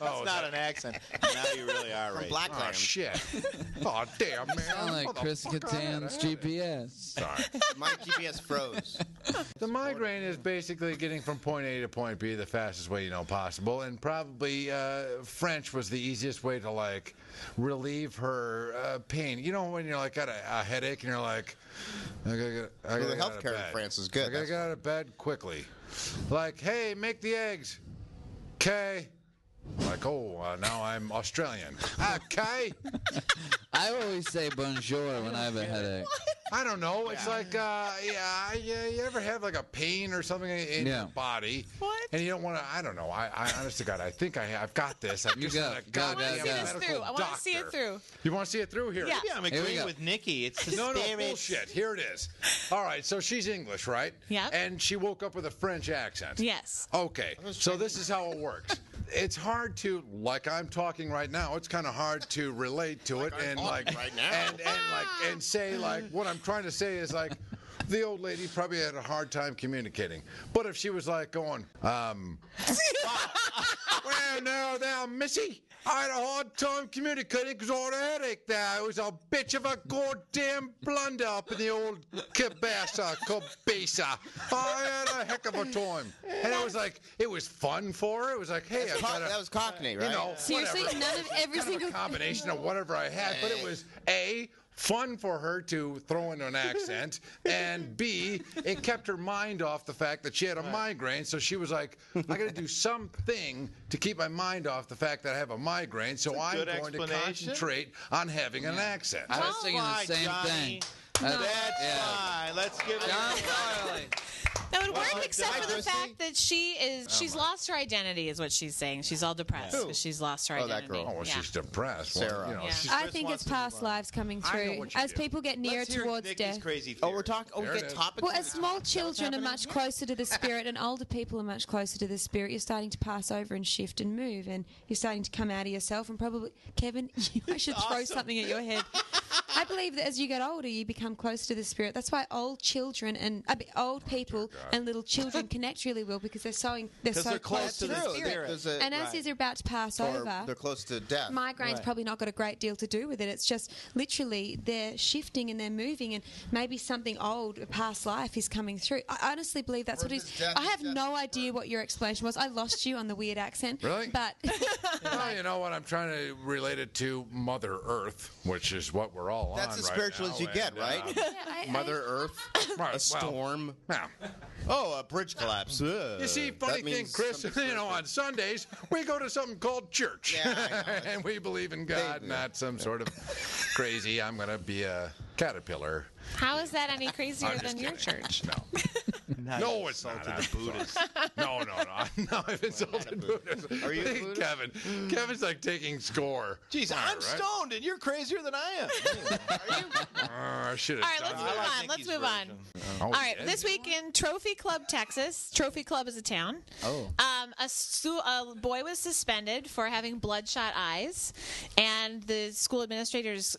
A: oh,
B: It's not an accent. now you really are
F: From
B: right.
F: Black
A: Oh
F: Lamb.
A: shit! oh damn, man!
E: Sound like Chris
A: Motherfucker, I had a
E: Kattan's
A: headache.
E: GPS.
A: Sorry.
F: My GPS froze.
A: The migraine is basically getting from point A to point B the fastest way you know possible, and probably uh, French was the easiest way to like relieve her uh, pain. You know when you're like got a, a headache and you're like, I gotta get, I gotta
F: the
A: get out of
F: healthcare in
A: bed.
F: France is good,
A: I gotta
F: that's
A: get out of bed quickly. Like, hey, make the eggs. Okay. Like, oh, uh, now I'm Australian. "Ah, Okay.
E: I always say bonjour when I have a headache.
A: I don't know. It's like, uh, yeah, yeah, you ever have like a pain or something in
E: Yeah.
A: your body?
C: What?
A: And you don't want to, I don't know. I, I honest to God, I think I have, I've got this. I'm
E: You
A: just
E: go.
A: not a
E: Go, go,
A: goddamn
E: go. I
C: this
E: wanna see
A: medical
C: through. I wanna see it
A: doctor.
C: through.
A: You want to see it through? Here.
C: Yeah.
B: Yeah, I'm
E: Here we
B: agreeing
E: go.
B: with Nikki. It's
A: No, no,
B: hysterics.
A: bullshit. Here it is. All right, so she's English, right?
C: Yep.
A: And she woke up with a French accent.
C: Yes.
A: Okay, so this is how it works. It's hard to, like I'm talking right now. It's kind of hard to relate to it and
F: talking
A: like
F: right now. Ah!
A: and and like and say like what I'm trying to say is like the old lady probably had a hard time communicating. But if she was like going, um, well, no, there, Missy. I had a hard time communicating because I had a headache there. It was a bitch of a goddamn blunder up in the old cabasa, cabeza. I had a heck of a time. And it was like, it was fun for her. It was like, hey, I
F: Co-
A: got a,
F: that was Cockney, right?
A: you know,
D: Seriously,
A: whatever.
D: none of
A: kind
D: every
A: of
D: single
A: a combination of whatever I had. But it was A, fun for her to throw into an accent, and B, it kept her mind off the fact that she had a migraine. So she was like, I got to do something to keep my mind off the fact that I have a migraine. So i I'm
B: good
A: going to
B: explanation.
A: concentrate on having an accent.
E: I was
C: Don't
E: thinking
B: lie,
E: the same
B: Johnny.
E: thing. That's,
B: That's
E: yeah.
B: fine. Let's give it.
E: John Farley.
C: That would work, except
F: I
C: for the
F: Chrissy?
C: fact that she is. she's lost her identity, is what she's saying. She's all depressed because she's lost her
F: Oh, that
C: identity.
F: girl.
A: Oh, well,
C: Yeah.
A: she's depressed. Well,
F: Sarah.
A: you know,
C: Yeah.
A: she's-
D: I
B: Chris
D: think
B: wants
D: it's
B: to move
D: past
B: on.
D: lives coming
A: I know
D: through.
A: what you
D: As
A: do.
D: people get nearer
B: Let's hear
D: towards
B: Nikki's
D: death.
B: crazy.
F: Oh,
B: theory.
F: we're talking. Oh,
A: There
F: we
A: it
F: got
A: is.
F: topics.
D: Well, as small children are much closer to the spirit, and older people are much closer to the spirit. You're starting to pass over and shift and move, and you're starting to come out of yourself. And probably, Kevin, you, I should throw something at your head. I believe that as you get older, you become closer to the spirit. That's why old children and I mean, old people and little children connect really well because they're so they're
B: 'Cause
D: so
B: they're
D: close to the
B: True,
D: spirit.
B: they're-
F: There's a-
D: And as
B: right.
D: these are about to pass
F: or
D: over,
F: they're close to death.
D: migraine's
B: Right.
D: probably not got a great deal to do with it. It's just literally they're shifting and they're moving, and maybe something old, a past life, is coming through. I honestly believe that's what
F: Birth
D: it
F: is
D: is.
F: death,
D: I have
F: death
D: no
F: is
D: idea what your explanation was. I lost you on the weird accent.
A: Really?
D: But
A: Well, you know what? I'm trying to relate it to Mother Earth, which is what we're all
F: That's
A: on.
F: as
A: right
F: spiritual
A: now,
F: as you
A: and,
F: get, right?
A: um,
F: Mother Earth,
A: Right,
F: a
A: well,
F: storm.
A: yeah.
F: Oh, a bridge collapse.
A: You see,
F: Uh,
A: funny thing, Chris, you know, on Sundays, we go to something called church.
F: Yeah, I know. It's-
A: and we believe in God,
F: They-
A: not some sort of crazy, I'm going to be a caterpillar.
C: How is that any
A: I'm
C: crazier
A: just
C: than your
A: kidding.
C: church?
A: No.
B: Now
A: No,
B: you
A: it's not.
B: insulted the
A: I'm
B: Buddhist.
A: No, no, no. No, I've insulted Buddhists.
F: Are you a
A: Hey,
F: Buddhist?
A: Kevin. Kevin's like taking score.
B: Jeez,
A: All
B: I'm
A: right.
B: stoned, and you're crazier than I am.
A: Uh, I should
C: All
A: have
C: right, let's move
B: I like
C: on. Let's
B: Nikki's
C: move on.
B: version.
C: All right, this week in Trophy Club, Texas. Trophy Club is a town.
E: Oh.
C: Um, a, su- a boy was suspended for having bloodshot eyes, and the school administrators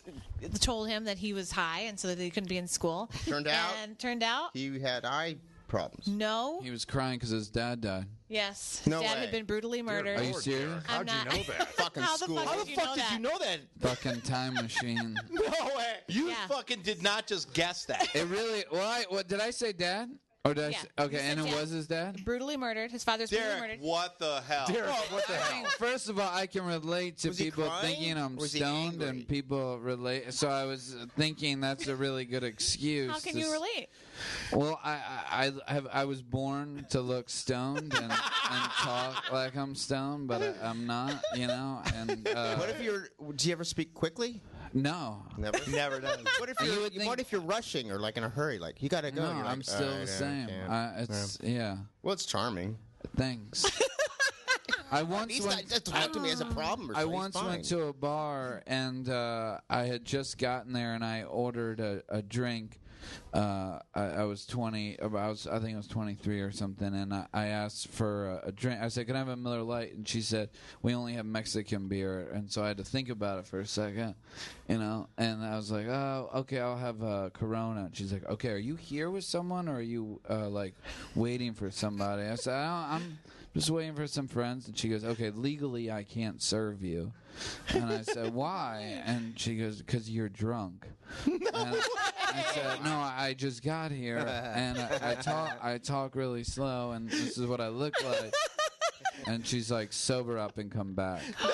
C: told him that he was high and so that he couldn't be in school.
F: Turned out-
C: And turned out
F: He had eye problems.
C: No.
E: He was crying because his dad died.
C: Yes.
F: No
C: Dad
F: way.
C: had been brutally murdered.
E: Are you serious?
C: I'm
A: How'd you
C: not-
A: know that?
F: Fucking
C: How the
F: school.
C: fuck
B: How
C: did
B: the
C: you know
B: fuck did
C: that?
B: you know that?
E: Fucking time machine.
B: No way. You
C: Yeah.
B: fucking did not just guess that.
E: It really. Well, I, what did I say, Dad? Or did
C: Yeah,
E: I? Say,
C: you
E: okay,
C: said
E: and it
C: dad.
E: was his dad.
C: brutally murdered. His father's brutally
B: Derek,
C: murdered.
B: what the hell?
E: what the hell? First of all, I can relate to
F: Was he
E: people
F: crying?
E: thinking I'm
F: Or was he
E: stoned,
F: angry?
E: and people relate. So I was thinking that's a really good excuse.
C: How can
E: to
C: you
E: s-
C: relate?
E: Well, I I I, have, I was born to look stoned and, and talk like I'm stoned, but I, I'm not. You know, and uh,
F: What if you're? Do you ever speak quickly?
E: no.
F: Never.
B: Never done.
F: What if
E: You
F: you're?
E: would think-
F: what if you're rushing or like in a hurry? Like you gotta go.
E: No,
F: and you're like,
E: I'm still
F: "Alright,
E: the
F: I
E: same.
F: can't."
E: I, it's yeah.
F: well, it's charming.
E: Thanks. I once
F: He's
E: went.
F: not, just talk to me as a problem. Or
E: I
F: something. He's
E: once
F: fine.
E: went to a bar and uh, I had just gotten there and I ordered a, a drink. Uh, I, I was twenty. I was I think I was twenty three or something. And I, I asked for a, a drink. I said, "Can I have a Miller Light?" And she said, "We only have Mexican beer." And so I had to think about it for a second, you know. And I was like, "Oh, okay, I'll have a Corona." And she's like, "Okay, are you here with someone or are you uh, like waiting for somebody?" I said, I don't, "I'm." just waiting for some friends and she goes okay legally i can't serve you and i said why and she goes because you're drunk no and I, I said no i just got here and I, I talk i talk really slow and this is what i look like and she's like sober up and come back
B: No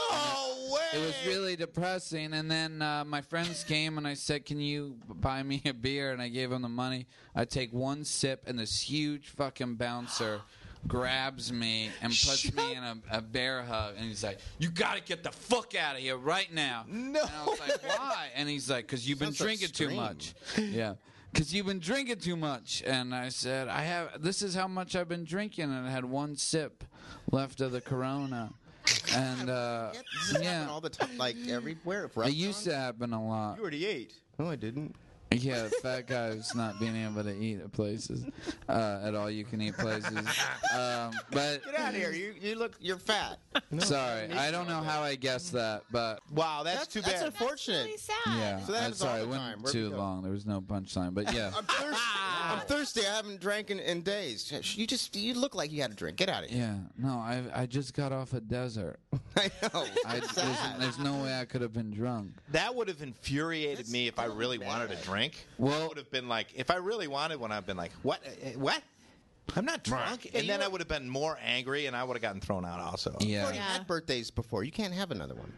E: it
B: way.
E: was really depressing. And then uh, my friends came and I said, "Can you buy me a beer?" And I gave them the money. I take one sip, and this huge fucking bouncer grabs me and puts me in a, a bear hug. And he's like, "You gotta get the fuck out of here right now." No. And I was like, "Why?" And he's like, "Cause you've been
F: Sounds
E: drinking too
F: extreme.
E: much." Yeah. Cause you've been drinking too much, and I said I have. This is how much I've been drinking, and I had one sip left of the Corona, and uh,
F: Yeah, this is
E: yeah,
F: happening all the time, like everywhere. at
E: it used
F: restaurants.
E: to happen a lot.
B: You already ate.
F: No, I didn't.
E: Yeah, fat guys not being able to eat at places, uh, at all you can eat places. Um, but
F: Get out of here. You, you look. You're fat.
E: sorry, I don't know how I guessed that, but
B: Wow, that's,
F: That's
B: too
F: That's
B: bad.
F: unfortunate.
C: Really sad.
E: yeah,
F: So that
E: I'm
F: happens all
E: sorry,
F: the
E: it
F: time.
E: went
F: Where'd
E: too
F: we go?
E: long. There was no punchline, but yeah,
F: I'm thirsty. I'm thirsty. I haven't drank in, in days. You just you look like you had a drink. Get out of
E: yeah.
F: here.
E: No, I I just got off a desert.
F: I know.
E: I,
F: It's
E: there's,
F: sad.
E: there's no way I could have been drunk.
B: That would have infuriated me if I really wanted a drink.
E: Well-
B: that would have been like if I really wanted one. I've been like, what? Uh, uh, What? I'm not drunk. And then I would have been more angry, and I would have gotten thrown out. Also,
E: Yeah.
F: You had birthdays before. You can't have another one.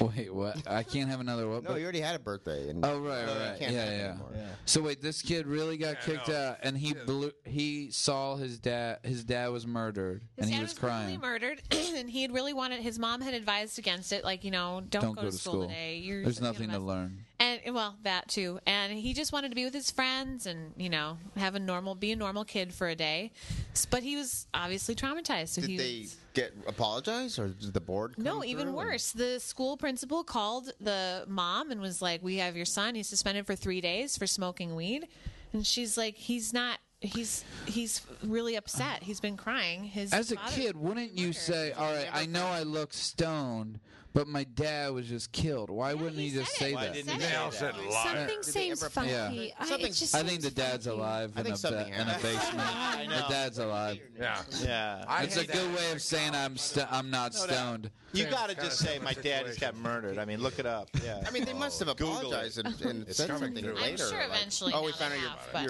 E: Wait, what? I can't have another what?
F: No, you already had a birthday. And
E: Oh right,
F: you
E: right, yeah,
F: can't have it
E: yeah.
F: anymore.
E: So wait, this kid really got kicked
A: no.
E: out, and he blew, he saw his dad. His dad was murdered,
C: His
E: and
C: dad
E: he was,
C: brutally
E: crying.
C: murdered, and he had really wanted. His mom had advised against it, like you know, don't,
E: Don't go to school.
C: today. You're,
E: There's
C: you're a
E: nothing to
C: mess."
E: learn.
C: And well, that too. And he just wanted to be with his friends, and you know, have a normal, be a normal kid for a day. S- But he was obviously traumatized. So he
F: Did they
C: was-
F: get apologize or did the board? come
C: No, even
F: through?
C: worse. The school principal called the mom and was like, "We have your son. He's suspended for three days for smoking weed," and she's like, "He's not. He's he's really upset. He's been crying. His
E: As a
C: father-
E: kid, wouldn't you say, "All right, I know I look stoned, but my dad was just killed. Why wouldn't
C: he
E: he just
C: said
E: say
C: it.
B: Why
E: that?"
B: didn't
A: They all said liar.
D: Something seems
F: ever-
D: funky.
E: Yeah.
D: I,
F: Something-
D: it just
E: I think
D: seems
E: the dad's
D: funky.
E: alive in
F: think
E: a, ba-
F: something
E: in a
F: happened.
E: basement.
B: I
E: the
B: know.
E: dad's alive.
A: Yeah.
B: Yeah.
A: I
E: It's a
A: hate that.
E: good way of saying I'm st- I'm not stoned.
B: you
A: Same
B: got to
A: kind
B: just
A: of
B: say my dad just got murdered. I mean, look it up. Yeah.
F: I mean, they must have
B: Google it.
F: apologized and, and said
A: coming
F: something
A: through. I'm
F: later.
C: sure
F: like,
C: eventually
F: Oh, we
C: now
F: found
C: they
F: out your.
C: have, but-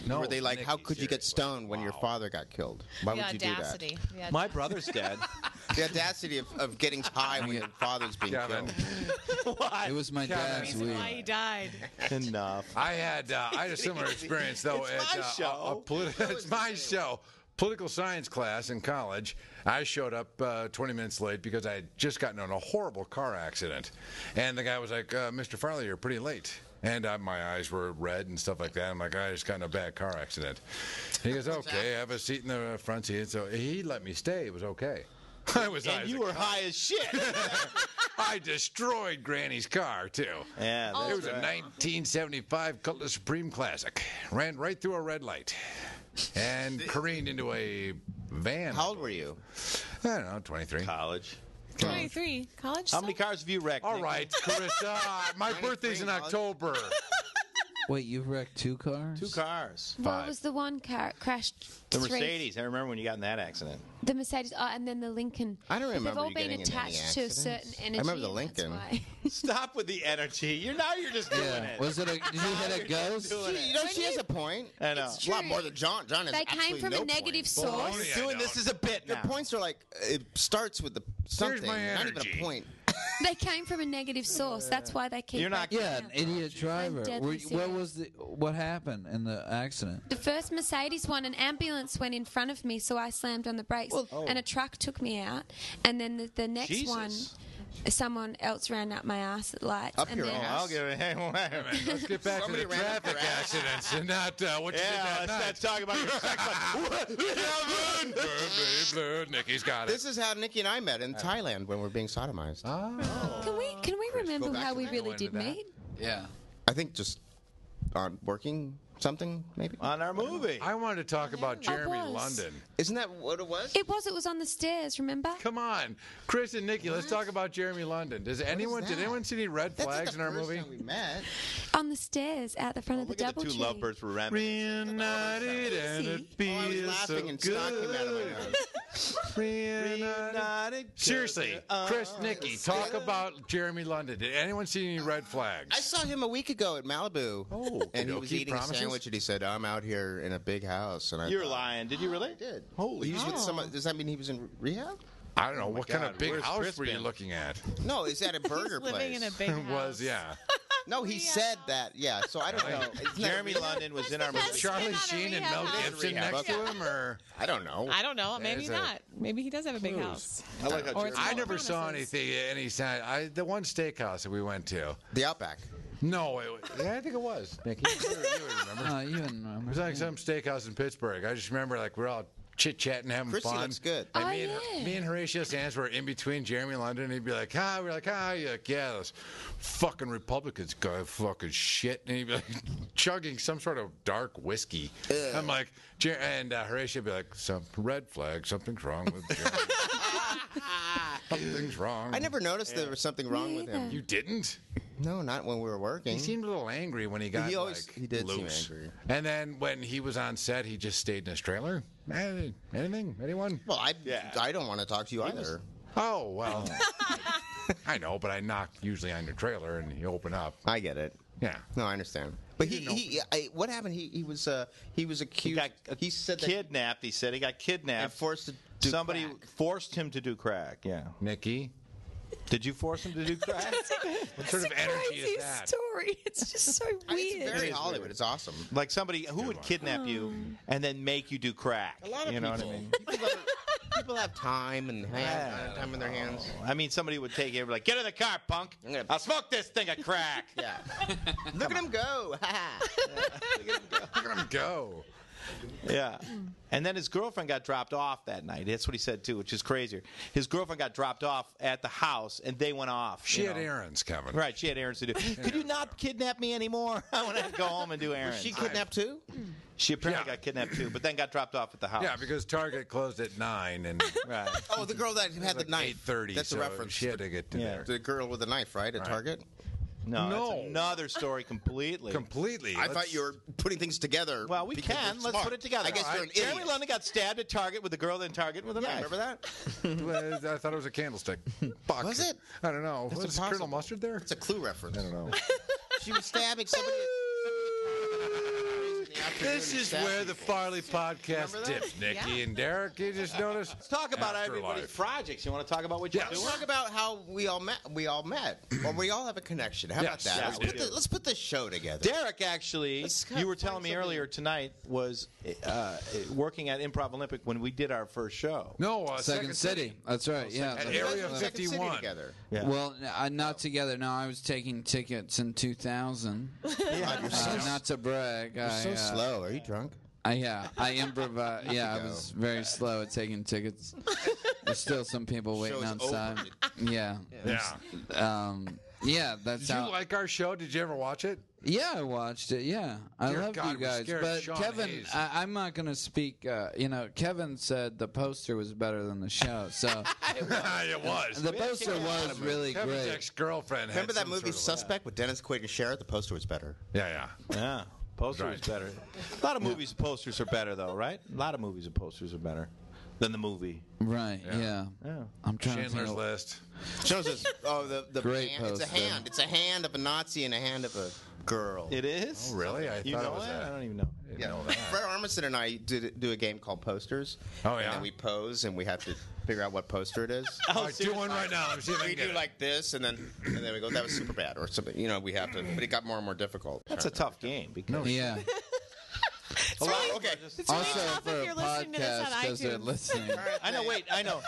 F: your
A: No,
F: were they like, how
A: Nikki,
F: could you get
A: seriously.
F: stoned when your father got killed? Why
C: The
F: would you do that?
C: audacity. The
B: my brother's dead.
F: The audacity of, of getting high when your father's being
A: Kevin.
F: killed.
E: It was my
A: Kevin.
E: dad's
A: Reason
E: weed.
C: why he died.
B: Enough.
A: I had uh, I had a similar experience though.
B: It's
A: at,
B: my
A: uh,
B: show.
A: A, a polit- it's my show. Political science class in college. I showed up uh, 20 minutes late because I had just gotten in a horrible car accident, and the guy was like, uh, "Mr. Farley, you're pretty late." And uh, my eyes were red and stuff like that. I'm like, I just got in a bad car accident. He goes, "Okay, have a seat in the front seat." So he let me stay. It was okay. I was. high
B: And
A: as
B: you
A: a
B: were
A: kite.
B: high as shit.
A: I destroyed Granny's car too.
B: yeah.
C: Oh.
B: that's
C: It
A: It was a 1975 Cutlass Supreme Classic. Ran right through a red light and careened into a van.
F: How old were you?
A: I don't know, 23.
B: college.
C: Twenty-three, college.
B: How many
C: son?
B: cars have you wrecked?
A: All
B: Nick?
A: right, Carissa, my birthday's in
F: Alex.
A: October.
E: Wait, you've wrecked two cars?
B: Two cars.
D: What was the one car crashed?
B: The
D: three-
B: Mercedes. I remember when you got in that accident.
D: The Mercedes. Oh, and then the Lincoln.
F: I don't
D: But
F: remember
D: They've all
F: you
D: been
F: getting in any
D: attached to a
F: accidents.
D: certain
F: I
D: energy.
F: remember the
D: and that's
F: Lincoln.
D: why.
B: Stop with the energy. You're now you're just doing
E: Yeah.
B: it.
E: Was it a? Did you hit a ghost?
B: doing
F: She,
B: it.
F: you know,
C: uh,
F: she has a point.
B: I know.
D: It's
F: A lot
D: true.
F: more than John. John has
D: They came
F: absolutely
D: from
F: no
D: a negative
F: point.
D: source.
A: Baloney. Yeah, I
B: doing
A: know.
B: this is a bit
F: Your
B: now.
F: points are like it starts with the something,
A: my
F: not even
A: energy.
F: a point.
D: They came from a negative source. That's why they keep.
B: You're not-
D: breaking
E: Yeah, an
D: up.
E: idiot driver.
D: deadly
E: Were you- what
D: serious.
E: was the? What happened in the accident?
D: The first Mercedes one, an ambulance went in front of me, so I slammed on the brakes, and a truck took me out. And then the, the next
B: Jesus.
D: one, someone else ran up my ass at lights.
F: Up
D: and
F: your
D: then
F: ass.
B: I'll give it.
A: Let's get back
F: Somebody
A: to the
F: ran up
A: traffic
F: her ass.
A: accidents and not uh, what you
B: Yeah,
A: did that
B: let's
A: night.
B: not talk about your sex life.
A: Kevin! Blue, blue, blue. Nikki's got it.
F: This is how Nikki and I met in Thailand when we were being sodomized.
A: Ah.
D: Can we can we remember
F: back
D: how
F: to
D: we
F: that.
D: really
A: Go into
D: did
A: that.
D: meet?
E: Yeah.
F: I think just on working something maybe.
B: on our movie.
A: I wanted to talk about Jeremy
D: was.
A: London.
F: Isn't that what it was?
D: It was it was on the stairs. Remember?
A: Come on, Chris and Nikki, let's talk about Jeremy London. Does anyone? Did
F: that?
A: anyone see any red
F: That's not
A: flags
F: the
A: in our
F: first
A: movie?
F: time we met.
D: On the stairs out the front of the
B: Oh, Look at
D: double
B: the two
D: tree.
B: lovebirds were reminiscing.
A: Reunited and it
F: Oh, I was
A: feels
F: laughing
A: so
F: and snot came out of my
A: good.
F: nose.
A: Reunited.
B: Reunited 'cause
A: Seriously,
B: they're on
A: Chris, Nikki, talk about Jeremy London. Did anyone see any red
F: I
A: flags?
F: saw him a week ago at Malibu.
A: Oh,
F: and he was
A: okey-dokey
F: eating
A: promises?
F: a sandwich, and he said, "I'm out here in a big house." And I
B: You're
F: thought,
B: lying. Did you really?
F: I did.
B: Holy
F: he was with
B: shit.
F: someone. Does that mean he was in rehab?
A: I don't know what kind of
B: Oh God,
A: big
B: where's
A: house
B: Chris
A: were you
B: been?
A: looking at?
F: No, is that a burger
C: living
F: place?
C: in a big
A: It
C: house.
A: was yeah.
F: no, he said that. Yeah, so I don't know. Isn't that
B: Jeremy
F: a-
B: London was in our
C: That's
B: movie.
C: Sure.
A: Charlie
C: on a
A: Sheen and
C: rehab
A: Mel
C: house.
A: Gibson
F: Rehab,
A: next to him, or
F: I don't know.
C: I don't know. Maybe
A: There's a-
C: not. Maybe he does have a big house.
B: I like how
C: Or
B: Jeremy.
C: it's-
A: I never saw
C: promises.
A: anything any sign. I the one steakhouse that we went to.
F: The Outback.
A: No, it, wa- yeah, I think it was. Nikki, you, you would remember.
E: Oh, you didn't
A: It was
E: remember.
A: like some steakhouse in Pittsburgh. I just remember like we're all chit chatting, having
F: Chrissy
A: fun.
F: looks good.
A: And
D: Oh,
A: me, and,
D: yeah.
A: me and Horatio Sands were in between Jeremy London. And he'd be like, "Hi," we're like, "Hi," He's like, "Yeah, those fucking Republicans guy, fucking shit." And he'd be like chugging some sort of dark whiskey. I'm like, Jer- and uh, Horatio'd be like, "Some red flag. Something's wrong with Jeremy. something's wrong."
F: I never noticed there was something wrong with him.
A: You didn't.
F: No, not when we were working.
A: He seemed a little angry when he got
F: He always-
A: like
F: he did seem
A: loose.
F: angry.
A: And then when he was on set, he just stayed in his trailer. Eh, Anything? Anyone?
F: well, I
B: Yeah.
F: I don't want to talk to you either.
A: Oh well. I know, but I knock usually on your trailer and you open up.
F: I get it.
A: Yeah.
F: No, I understand. But he,
A: didn't know-
F: he I, what happened? He he was uh he was
B: He
F: accused.
B: got
F: he said that
B: kidnapped. He said he got kidnapped.
F: And forced to do
B: Somebody
F: crack.
B: forced him to do crack. Yeah.
A: Nikki,
B: Did you force him to do crack?
A: what sort of energy is that?
D: story. It's just so
F: I- It's very Hollywood. It's awesome.
B: like somebody who would kidnap you and then make you do crack.
F: Hmm. A lot of
B: you know
F: people.
B: what I mean?
F: people, have, people have time and hand, time in their hands.
B: I mean, somebody would take it and be like, "Get in the car, punk!
F: I'm gonna-
B: I'll smoke this thing of crack."
F: Yeah. Look at him go.
A: Look at him go.
B: Yeah. And then his girlfriend got dropped off that night. That's what he said too, which is crazier. His girlfriend got dropped off at the house, and they went off.
A: She
B: you
A: had
B: know.
A: errands, Kevin.
B: Right, she had errands to do. Could you not kidnap me anymore? I want to go home and do errands.
F: she kidnapped too.
B: She apparently
A: Yeah.
B: got kidnapped too, but then got dropped off at the house.
A: Yeah, because Target closed at nine and
B: right.
F: Oh, the girl that had the knife.
A: eight thirty.
F: That's
A: so
F: a reference.
A: She had to get to
B: Yeah.
A: there.
F: The girl with the knife, right? At Target.
B: No,
A: No.
B: that's another story completely.
A: Completely.
F: I thought you were putting things together.
B: well, we
F: because
B: can.
F: you're
B: Let's
F: smart.
B: put it together.
F: I guess you're an idiot.
B: Jeremy London got stabbed at Target with a girl in Target with a
F: Yeah,
B: knife.
F: remember that?
A: Let's- I thought it was a candlestick. Fuck.
F: Was it?
A: I don't know. was Colonel
F: impossible.
A: Mustard there?
F: It's a clue reference.
A: know.
F: She was stabbing somebody.
A: This is where the Farley podcast dips, Nikki and Derek. You just noticed.
B: Let's talk about everybody's
A: Afterlife.
B: projects. You want to talk about what you're
A: Yeah.
B: doing?
F: Let's talk about how we all met. We all met, or we all have a connection. How
A: Yes,
F: about that?
A: yeah,
F: let's,
B: we
F: put
B: do.
F: the, let's put the show together.
B: Derek, actually,
F: kinda
B: you were
F: find
B: telling me
F: something.
B: earlier tonight was uh, working at Improv Olympic when we did our first show.
A: No, uh,
E: Second, City. That's right. yeah.
A: City.
E: that's-
A: At Area
F: Second City
A: 51.
F: together.
E: Well, n- uh, not together. No, I was taking tickets in 2000.
F: God, you're
E: Uh,
F: so,
E: not to brag. I,
F: so
E: uh,
F: slow. Are you drunk?
E: I, yeah, I improvised. Yeah, I
F: ago.
E: was very slow at taking tickets. There's still some people waiting
F: is over.
E: outside. Yeah.
A: Yeah.
E: Um, yeah, that's
A: Did
E: how.
A: you like our show? Did you ever watch it?
E: Yeah, I watched it. Yeah, I
A: Dear
E: love
A: God,
E: you
A: we're
E: guys,
A: scared of
E: but
A: Sean
E: Kevin,
A: Hayes.
E: I, I'm not gonna speak. Uh, you know, Kevin said the poster was better than the show, so
A: it was.
E: the poster was really
A: Kevin's
E: great.
A: ex-girlfriend. had
F: Remember that
A: some
F: movie
A: sort of-
F: Suspect with Dennis Quaid and Cher? The poster was better.
A: Yeah, yeah.
B: Yeah. Poster
A: Right.
B: is better. A lot of movies and posters are better, though, right? A lot of movies and posters are better than the movie.
E: Right? Yeah.
B: Yeah.
E: I'm trying
A: Chandler's
E: to. Think
A: List.
F: Shows us. Oh, the the
E: Great
F: hand, It's a
E: poster.
F: hand. It's a hand of a Nazi and a hand of a girl.
B: It is?
A: Oh, really? I
B: You
A: thought
B: know
A: it was
B: it?
A: that.
B: I don't even know.
F: Yeah. Fred Armisen and I did do a game called Posters.
A: Oh, yeah?
F: And then we pose and we have to figure out what poster it is.
B: Oh,
A: All right, do one right now. Let me see if I
F: we
A: can get
F: do
A: it.
F: like this, and then and then we go. That was super bad, or something. You know, we have to. But it got more and more difficult.
B: That's a tough game because
E: of, yeah.
F: a lot. Okay.
C: It's really
E: also
C: tough
E: for
C: if
E: a
C: you're listening to this on
E: podcast because they're
C: iTunes.
E: listening.
B: I know. Wait, I know.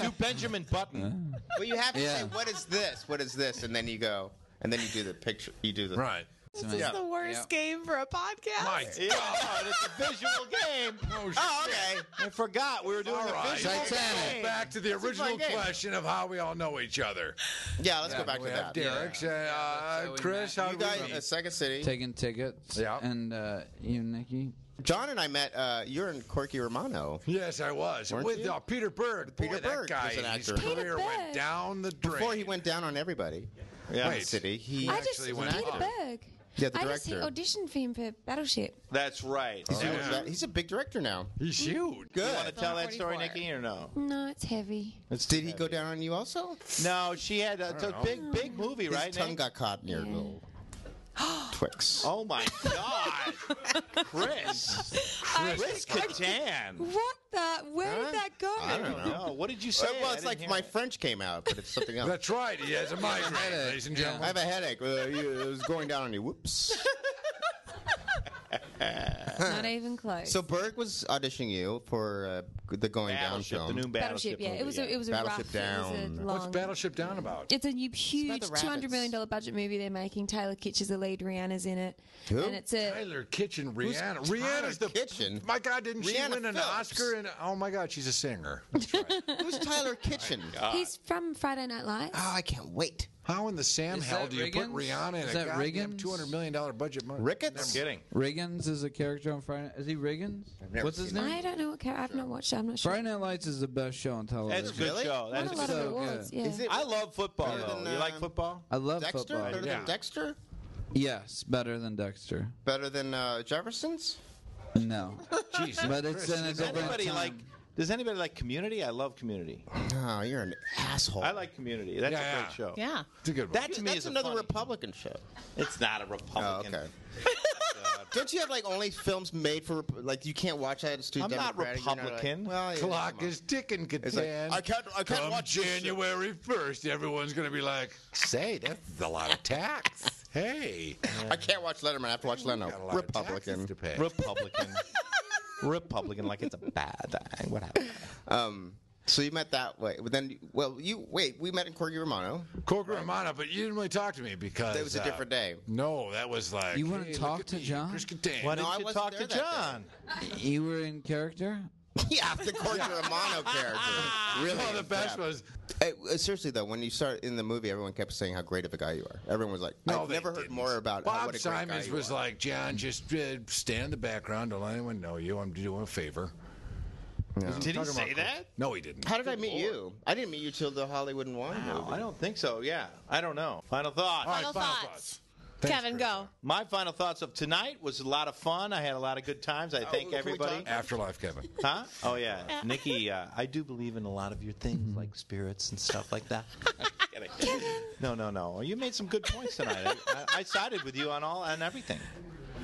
B: Do Benjamin Button?
F: Well, you have to
E: Yeah.
F: say what is this? What is this? And then you go, and then you do the picture. You do the
A: Right.
C: This is the worst
E: Yep.
C: game for a podcast.
A: My
B: Yeah, it's a visual game.
A: Oh,
F: Oh,
A: shit.
F: okay.
B: I forgot we were doing
A: All
B: a
A: right.
B: visual
A: Let's
E: Titanic.
A: go
B: game.
A: back to the original
F: game.
A: question of how we all know each other.
F: Yeah, let's go back
A: we
F: to
A: have
F: that.
A: Derek's and
E: that's
A: uh,
E: how we
A: Chris.
E: met.
A: How
F: You
A: did we
F: guys,
A: meet?
F: uh, Second City.
E: Taking tickets.
A: Yeah.
E: And uh, you, Nikki.
F: John and I met. Uh, you're in Corky Romano.
A: Yes, I was
F: Weren't
A: with
F: you?
A: uh, Peter Berg. Boy,
F: Peter
A: that
F: Berg
A: guy,
F: was an
A: his
F: actor. Peter
A: career went
D: Berg.
A: down the drain.
F: Before he went down on everybody.
B: Yeah.
A: Wait.
F: City. He
D: I
A: actually
D: just
A: went
D: Peter
A: up.
D: Berg.
F: Yeah, the
D: I just
F: director.
D: auditioned for him for Battleship.
B: That's right.
F: He's,
A: Oh, Yeah.
F: a- he's a big director now.
A: He's huge.
B: You want to tell that story,
C: 44.
B: Nikki, or no?
D: No, it's heavy.
F: Did he go down on you also?
B: No, she had a, it's a
A: know.
B: big, big movie,
F: His
B: right?
F: tongue
B: Nick?
F: got caught in your little Twix.
B: Oh my God, Chris, Chris Kattan.
D: What the? Where
F: Huh?
D: did that go?
F: I don't know.
B: No, what did you say?
F: So, well,
B: I
F: it's
B: didn't
F: like
B: hear
F: my
B: it.
F: French came out, but it's something else.
A: That's right. He has a migraine,
E: headache.
A: ladies and
E: Yeah.
F: I
A: gentlemen.
F: have a headache. Uh, you- it was going down on you. Whoops.
D: Not even close.
F: So Berg was auditioning you for uh, the Going
B: Battleship,
F: Down
B: the
F: film.
B: new
D: Battleship,
B: Battleship.
D: yeah,
B: movie,
D: it was a, it was a
F: Battleship
D: rough, It was
F: Down.
D: a long,
A: What's Battleship Down about?
D: It's a new, huge
F: the
D: two hundred million dollar
F: rabbits.
D: budget movie they're making. Taylor Kitsch is the lead. Rihanna's in it,
F: Who?
D: and it's a
A: Tyler Kitchen, Rihanna. Rihanna's the
F: Tyler Kitchen?
A: My God, didn't she
F: Rihanna
A: win an
F: Phelps.
A: Oscar? And oh my God, she's a singer.
F: Who's Tyler Kitchen? oh,
D: he's from Friday Night Lights.
F: I can't wait.
A: How in the Sam
E: Is
A: hell
E: that
A: do you put
E: Riggins?
A: Rihanna in
E: Is
A: a
E: that
A: goddamn
E: Riggins?
A: two hundred million dollar budget? Mo-
B: I'm
F: Ricketts?
B: kidding.
E: Riggins is a character on Friday. Is he Riggins?
F: never
E: What's his
F: seen
E: name?
D: I don't know what character. I've not watched. it. I'm not sure.
E: Friday Night Lights is the best show on television.
B: That's a good
F: Really?
B: show.
D: Won
B: That's
D: a
B: a
D: lot
B: good
D: of
E: so
D: awards.
E: good.
D: Yeah.
F: Is it
B: I love football.
F: Better
B: Though.
F: than,
B: you like
F: um,
B: football?
E: I love
F: Dexter?
E: football.
F: Better
A: Yeah.
F: than Dexter?
E: Yes, better than Dexter.
F: Better than uh, Jefferson's?
E: No,
A: Jesus.
E: but it's in a
B: Does
E: different
B: anybody
E: time.
B: like? Does anybody like Community? I love Community.
F: No, Oh, you're an asshole.
B: I like Community. That's
A: Yeah,
B: a
A: yeah.
B: great show.
C: Yeah.
A: It's a good one.
B: That to me
F: That's
B: is a
F: another
B: funny-
F: Republican show.
B: It's not a Republican.
F: okay. Don't you have like only films made for Rep- like you can't watch that? It's too
B: I'm not
F: Democratic, you're like-
B: Republican.
F: well, yeah,
A: clock
F: come on.
A: is ticking,
F: It's like,
A: Catan.
F: I can't. I can't
A: Come
F: watch this shit.
A: January first, everyone's going to be like, "Say, that's a lot of tax." hey,
F: I can't watch Letterman. I have to watch Leno.
A: got a lot of taxes
F: Republican.
A: to pay.
B: Republican. Republican, like it's a bad thing. What happened?
F: Um. So you met that way. But then, well, you wait. We met in Corky Romano.
A: Corker Romano, but you didn't really talk to me because
F: That was a
A: uh,
F: different day.
A: No, that was like
E: You wouldn't
A: "Hey, look
E: talk
A: at
E: to
A: me,
E: John?
A: Chris Kattan.
B: Why
F: No,
B: didn't
F: I
B: you
F: wasn't
B: talk to
F: there that day.
B: John?
E: you were in character.
F: Yeah, the Corky Romano character. Really?
A: Oh, the best
F: Yeah.
A: was
F: Hey, uh, seriously though, when you start in the movie, everyone kept saying how great of a guy you are. Everyone was like,
A: no,
F: "I've
A: they
F: never heard
A: didn't.
F: more about how,
A: Bob
F: what a great guy
A: Simons
F: you
A: was
F: are.
A: like, John, just uh, stay in the background. Don't let anyone know you. I'm doing a favor.
B: Did he
A: Talking about
B: say
A: Cor-
B: that?
A: No, he didn't.
F: How did I meet you? I didn't meet you till the Hollywood and Wine
B: No,
F: movie.
B: I don't think so. Yeah, I don't know. Final thoughts.
A: All right,
C: Final
A: final
C: thoughts.
A: Thanks,
C: Kevin,
A: Chris.
C: go.
B: My final thoughts of tonight was a lot of fun. I had a lot of good times. I thank
F: can we
B: everybody.
A: Afterlife, Kevin.
B: Huh? Oh yeah, Nikki. Uh, I do believe in a lot of your things, like spirits and stuff like that. I'm kidding. no, no, no. You made some good points tonight. I, I, I sided with you on all on everything.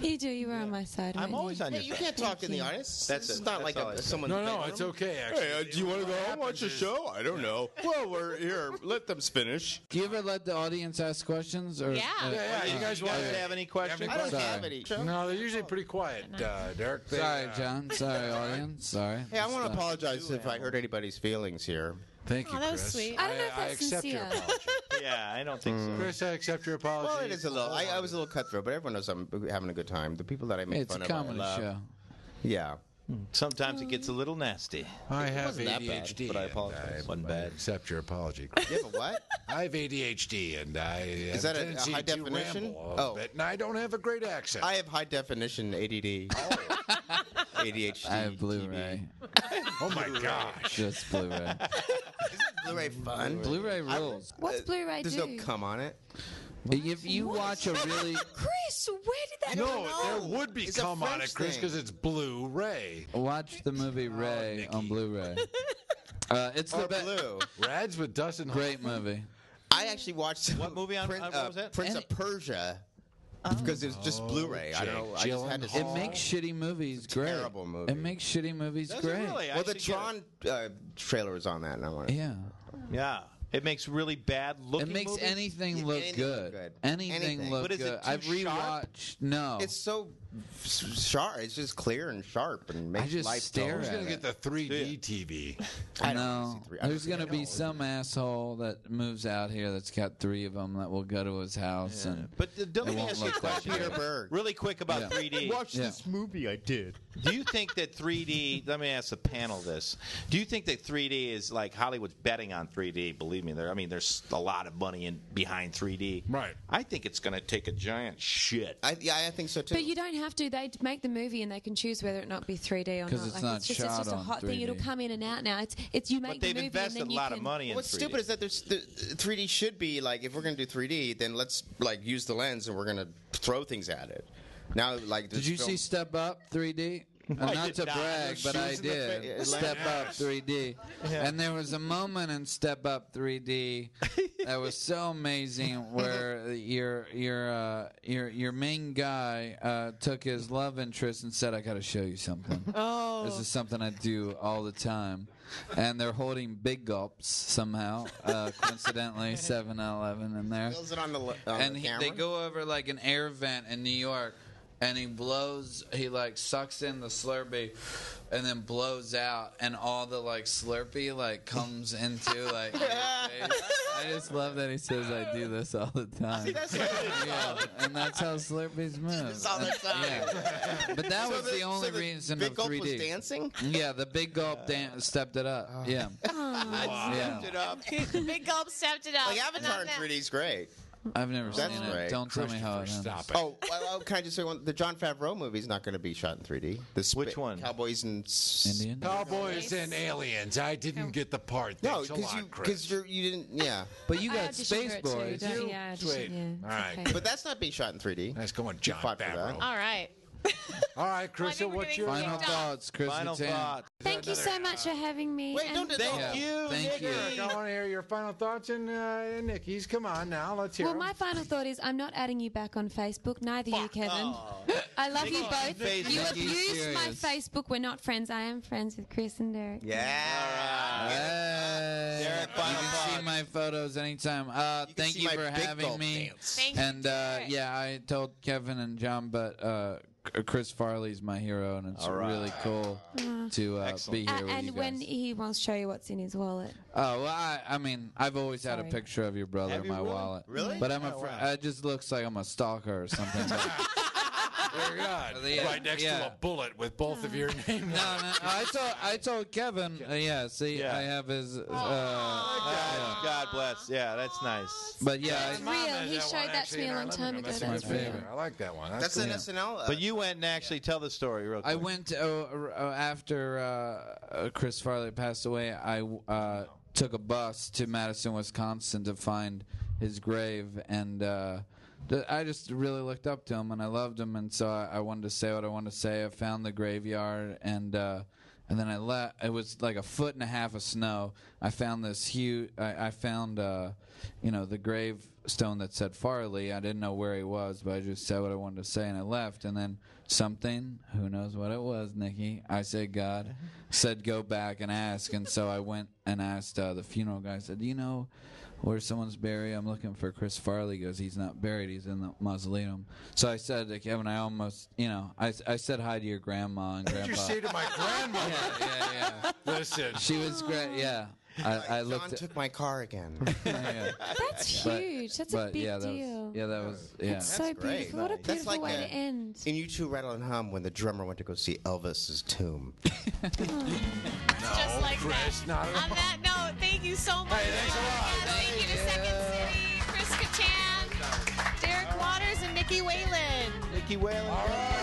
D: You do. You were on my side.
B: I'm
D: weren't
B: always
D: you?
B: on
F: Yeah,
B: your
F: you
B: side.
F: can't talk in the audience.
B: That's
F: this
B: it.
F: is not
B: That's
F: like
B: all I
F: a,
B: said.
F: someone.
A: No, no, it's okay. Actually,
F: Hey, uh, do you want to go home watch a show? I don't know. Well, we're here. Let them finish.
E: Do you ever let the audience ask questions? Or,
C: Yeah.
E: uh,
A: yeah, yeah, you guys Oh. want
B: guys
A: to
B: have any questions?
F: I don't
E: Sorry.
F: have any.
A: No, they're usually pretty quiet, uh, Derek. They,
E: Sorry,
A: uh,
E: John. Sorry, audience. Sorry.
F: Hey, I want to apologize if I hurt anybody's feelings here.
A: Thank you,
C: Oh, that was
A: Chris.
C: sweet.
D: I don't know if
A: I
D: that's
A: accept your
D: sincere.
A: apology.
B: Yeah, I don't think so.
A: Chris, I accept your apology.
F: Well, it is a little. I, I was a little cutthroat, but everyone knows I'm having a good time. The people that I make
E: It's a
F: fun of, I
E: comedy
F: love.
E: show.
F: Yeah.
B: Sometimes it gets a little nasty.
A: I have
F: wasn't that bad,
A: ADHD,
F: but I
A: and uh,
F: apologize.
B: One bad.
A: Accept your apology.
F: You have a what?
A: I have ADHD, and I is
F: that a- a high definition?
A: oh,
F: Oh.
A: bit, and I don't have a great accent.
F: I have high definition ADD. ADHD.
E: I have Blu-ray.
A: oh my gosh!
E: Just Blu-ray.
F: Blu-ray fun.
E: Blu-ray rules.
D: What's Blu-ray
F: There's
D: do?
F: no cum on it.
E: If you watch a really
D: Chris, where did that
A: No,
D: come
A: there
D: from?
A: would be
F: It's a
A: cum on
F: French
A: it, Chris,
F: thing.
A: because it's Blu-ray.
E: watch the movie
F: Oh,
E: Ray on Blu-ray, uh, it's the
F: Or
E: best.
F: blue.
A: Rads with Dustin.
E: Great movie.
F: I actually watched
B: What movie on-
F: Prince,
B: uh, what was it?
F: Prince
E: Any-
F: of Persia because it was just Blu-ray. I don't know. I just had to.
A: Jake
E: It makes shitty movies great.
F: terrible movie.
E: It makes shitty movies
B: Does it
E: great.
B: really? I
F: well, the
B: should get it.
F: Tron uh, trailer was on that, and I wanted.
E: Yeah.
B: Yeah. It makes really bad
E: It
B: looking
E: makes
B: movies.
E: anything
F: Yeah,
E: look
F: anything look
E: good.
F: good.
E: Anything,
F: Anything.
E: look
B: But is it
E: good.
B: too
E: I've rewatched.
B: sharp?
E: No.
F: It's so f- sharp. It's just clear and sharp, and makes
E: I just
F: life
E: stare
F: dull.
E: at
A: Gonna
E: it.
A: get the 3D TV.
F: I don't wanna
E: no.
F: see three- I don't
E: There's
F: think
E: gonna
F: I
E: be
F: know.
E: some asshole that moves out here that's got three of them that will go to his house and.
B: But uh, don't
E: It
B: let me
E: won't
B: ask you a
E: look like
B: question
E: it.
B: here.
F: Peter Berg.
B: Really quick about
E: Yeah.
B: 3D.
E: Yeah.
F: movie I did.
B: Do you think that 3D? Let me ask the panel this. Do you think that 3D is like Hollywood's betting on 3D? Believe me, there. I mean, there's a lot of money in behind 3D.
A: Right.
B: I think it's going to take a giant shit.
F: I, yeah, I think so too.
D: But you don't have to. They d- make the movie and they can choose whether it not be 3D or not.
E: 'Cause it's not
D: it's just, it's
E: shot
D: just a
E: on
D: hot thing.
E: 3D.
D: It'll come in and out now. It's it's you make
B: but they've
D: the movie
B: invested
D: and then
B: a
D: you
B: lot
D: can,
B: of money in
F: What's
B: 3D.
F: stupid is that there's the, 3D should be like if we're gonna do 3D, then let's like use the lens and we're gonna throw things at it. Now, like
E: Did you see Step Up 3D? Uh,
B: I
E: not
B: did
E: to
B: not.
E: brag, but I
F: Shoes in the fa-
E: did.
F: yeah,
E: Step Up 3D. And there was a moment in Step Up 3D that was so amazing where your your uh, your your main guy uh, took his love interest and said, "I got to show you something.
C: Oh.
E: This is something I do all the time." And they're holding big gulps somehow, uh, coincidentally 7-Eleven in there
F: Is it on the le- on
E: and
F: the
E: he,
F: camera?
E: they go over like an air vent in New York, and he blows. He like sucks in the Slurpee, and then blows out, and all the like Slurpee like comes into like. your face. I just love that he says I do this all the time. yeah, and that's how Slurpees move.
F: all the
E: And-
F: time.
E: yeah. But that
F: So
E: was
F: the-
E: the,
F: so
E: only
F: the
E: reason
F: Big
E: of
F: Gulp
E: 3D.
F: was dancing. Oh.
E: Yeah, the big gulp dan- stepped it up. Yeah, yeah.
C: Big gulp stepped it up.
F: Like Avatar in
C: And I'm
F: 3D is great.
E: I've never
F: That's
E: seen it.
F: right.
E: Don't tell me how it ends.
A: Stop it.
F: Oh, well, oh, can I just say one? The John Favreau movie is not going to be shot in 3D. The sp-
B: Which one?
F: Cowboys and s-
D: Oh,
E: Indian.
A: Cowboys and aliens. I didn't get the part.
F: No,
A: Thanks a
F: because
A: lot,
F: you
A: Chris.
F: because you you didn't. Yeah,
E: But you
D: I
E: got
D: auditioned
E: Space
D: for it too,
E: Boys.
D: don't-
A: You?
D: yeah, I auditioned,
A: Sweet.
D: yeah, it's
A: All right.
D: okay.
F: but that's not being shot in 3D.
A: Nice going, John
F: fought for that.
A: Favreau.
C: All right.
A: All right, Chris.
C: think we're
A: what's
C: doing
A: your
E: Final
C: Yeah.
E: thoughts, Chris.
B: Final
E: Kattan.
B: thought.
D: Thank you so much for having me.
F: Wait,
D: and-
F: don't do
B: Thank
F: that.
B: you.
E: Thank
B: Nicky.
E: you.
A: I want to hear your final thoughts and uh, Nikki's. Come on now, let's hear.
D: Well,
A: 'em.
D: my final thought is I'm not adding you back on Facebook, neither you, Kevin. I love you both.
E: Nikki.
D: You
E: Nikki's
D: abused my
E: serious.
D: Facebook. We're not friends. I am friends with Chris and Derek.
F: Yeah.
E: Hey.
B: Derek,
E: you
B: final
E: can see
B: thoughts.
E: my photos anytime. Uh,
F: can
E: thank
F: see
E: you
F: my
E: for
F: big
E: having
F: gulp
E: me.
F: dance.
C: Thank you,
E: and uh,
C: Derek.
E: yeah, I told Kevin and John, but uh, C- Chris Farley's my hero, and it's
B: All right.
E: really cool to uh, be
B: Excellent.
E: here
D: Uh,
E: with you
D: and
E: guys.
D: when he wants to show you what's in his wallet.
E: Oh well, I, I mean, I've always had a
D: Sorry.
E: picture of your brother
B: Have
E: in
B: you
E: my
B: really?
E: wallet.
B: Really?
E: But I'm a.
B: Oh,
E: fr-
B: wow.
E: It just looks like I'm a stalker or something. But-
A: Dear God,
E: Yeah.
A: right next to
E: uh, Yeah.
A: a bullet with both of your names.
E: No, no. I told I told Kevin. Uh, yeah, see,
B: Yeah.
E: I have his. Uh, uh,
B: God, God bless. Yeah, that's nice.
E: but yeah,
D: It's
E: I,
D: real. He showed that to me a long time ago.
E: That's my favorite.
A: I like that one.
F: That's
A: cool.
F: an SNL. Uh,
B: But you went and actually tell the story real quick.
E: I went to, oh, uh, after uh, uh, Chris Farley passed away. I uh, took a bus to Madison, Wisconsin, to find his grave, and uh, th- I just really looked up to him and I loved him, and so I, I wanted to say what I wanted to say. I found the graveyard and. Uh, and then I left. It was like a foot and a half of snow. I found this huge. I, I found, uh, you know, the gravestone that said Farley. I didn't know where he was, but I just said what I wanted to say, and I left. And then something, who knows what it was, Nikki. I said God, said go back and ask. And so I went and asked uh, the funeral guy. I said, do you know where someone's buried. I'm looking for Chris Farley. He goes, he's not buried. He's in the mausoleum. So I said to Kevin, I almost, you know, I, I said hi to your grandma and
A: What'd you
E: grandpa.
A: say to my grandmother?
E: yeah, yeah, yeah.
A: Listen,
E: She was great. Yeah. I, I
F: John
E: looked.
F: took my car again.
E: yeah.
D: That's
E: But-
D: huge. That's a
E: but
D: big
E: yeah, that
D: deal.
E: was yeah, that was yeah.
D: That's, so
F: That's great.
D: beautiful. What a
B: That's
D: beautiful
F: like
D: way
F: a-
D: to end.
F: and you two rattle and hum when the drummer went to go see Elvis's tomb.
C: just like
A: Chris,
C: that.
A: not at
C: On that note, thank you so much.
A: Hey, thanks a lot.
C: Thank you to Second City, Chris Kachan, Derek Waters, and Nikki Whalen.
B: Nikki Whalen.
A: All right.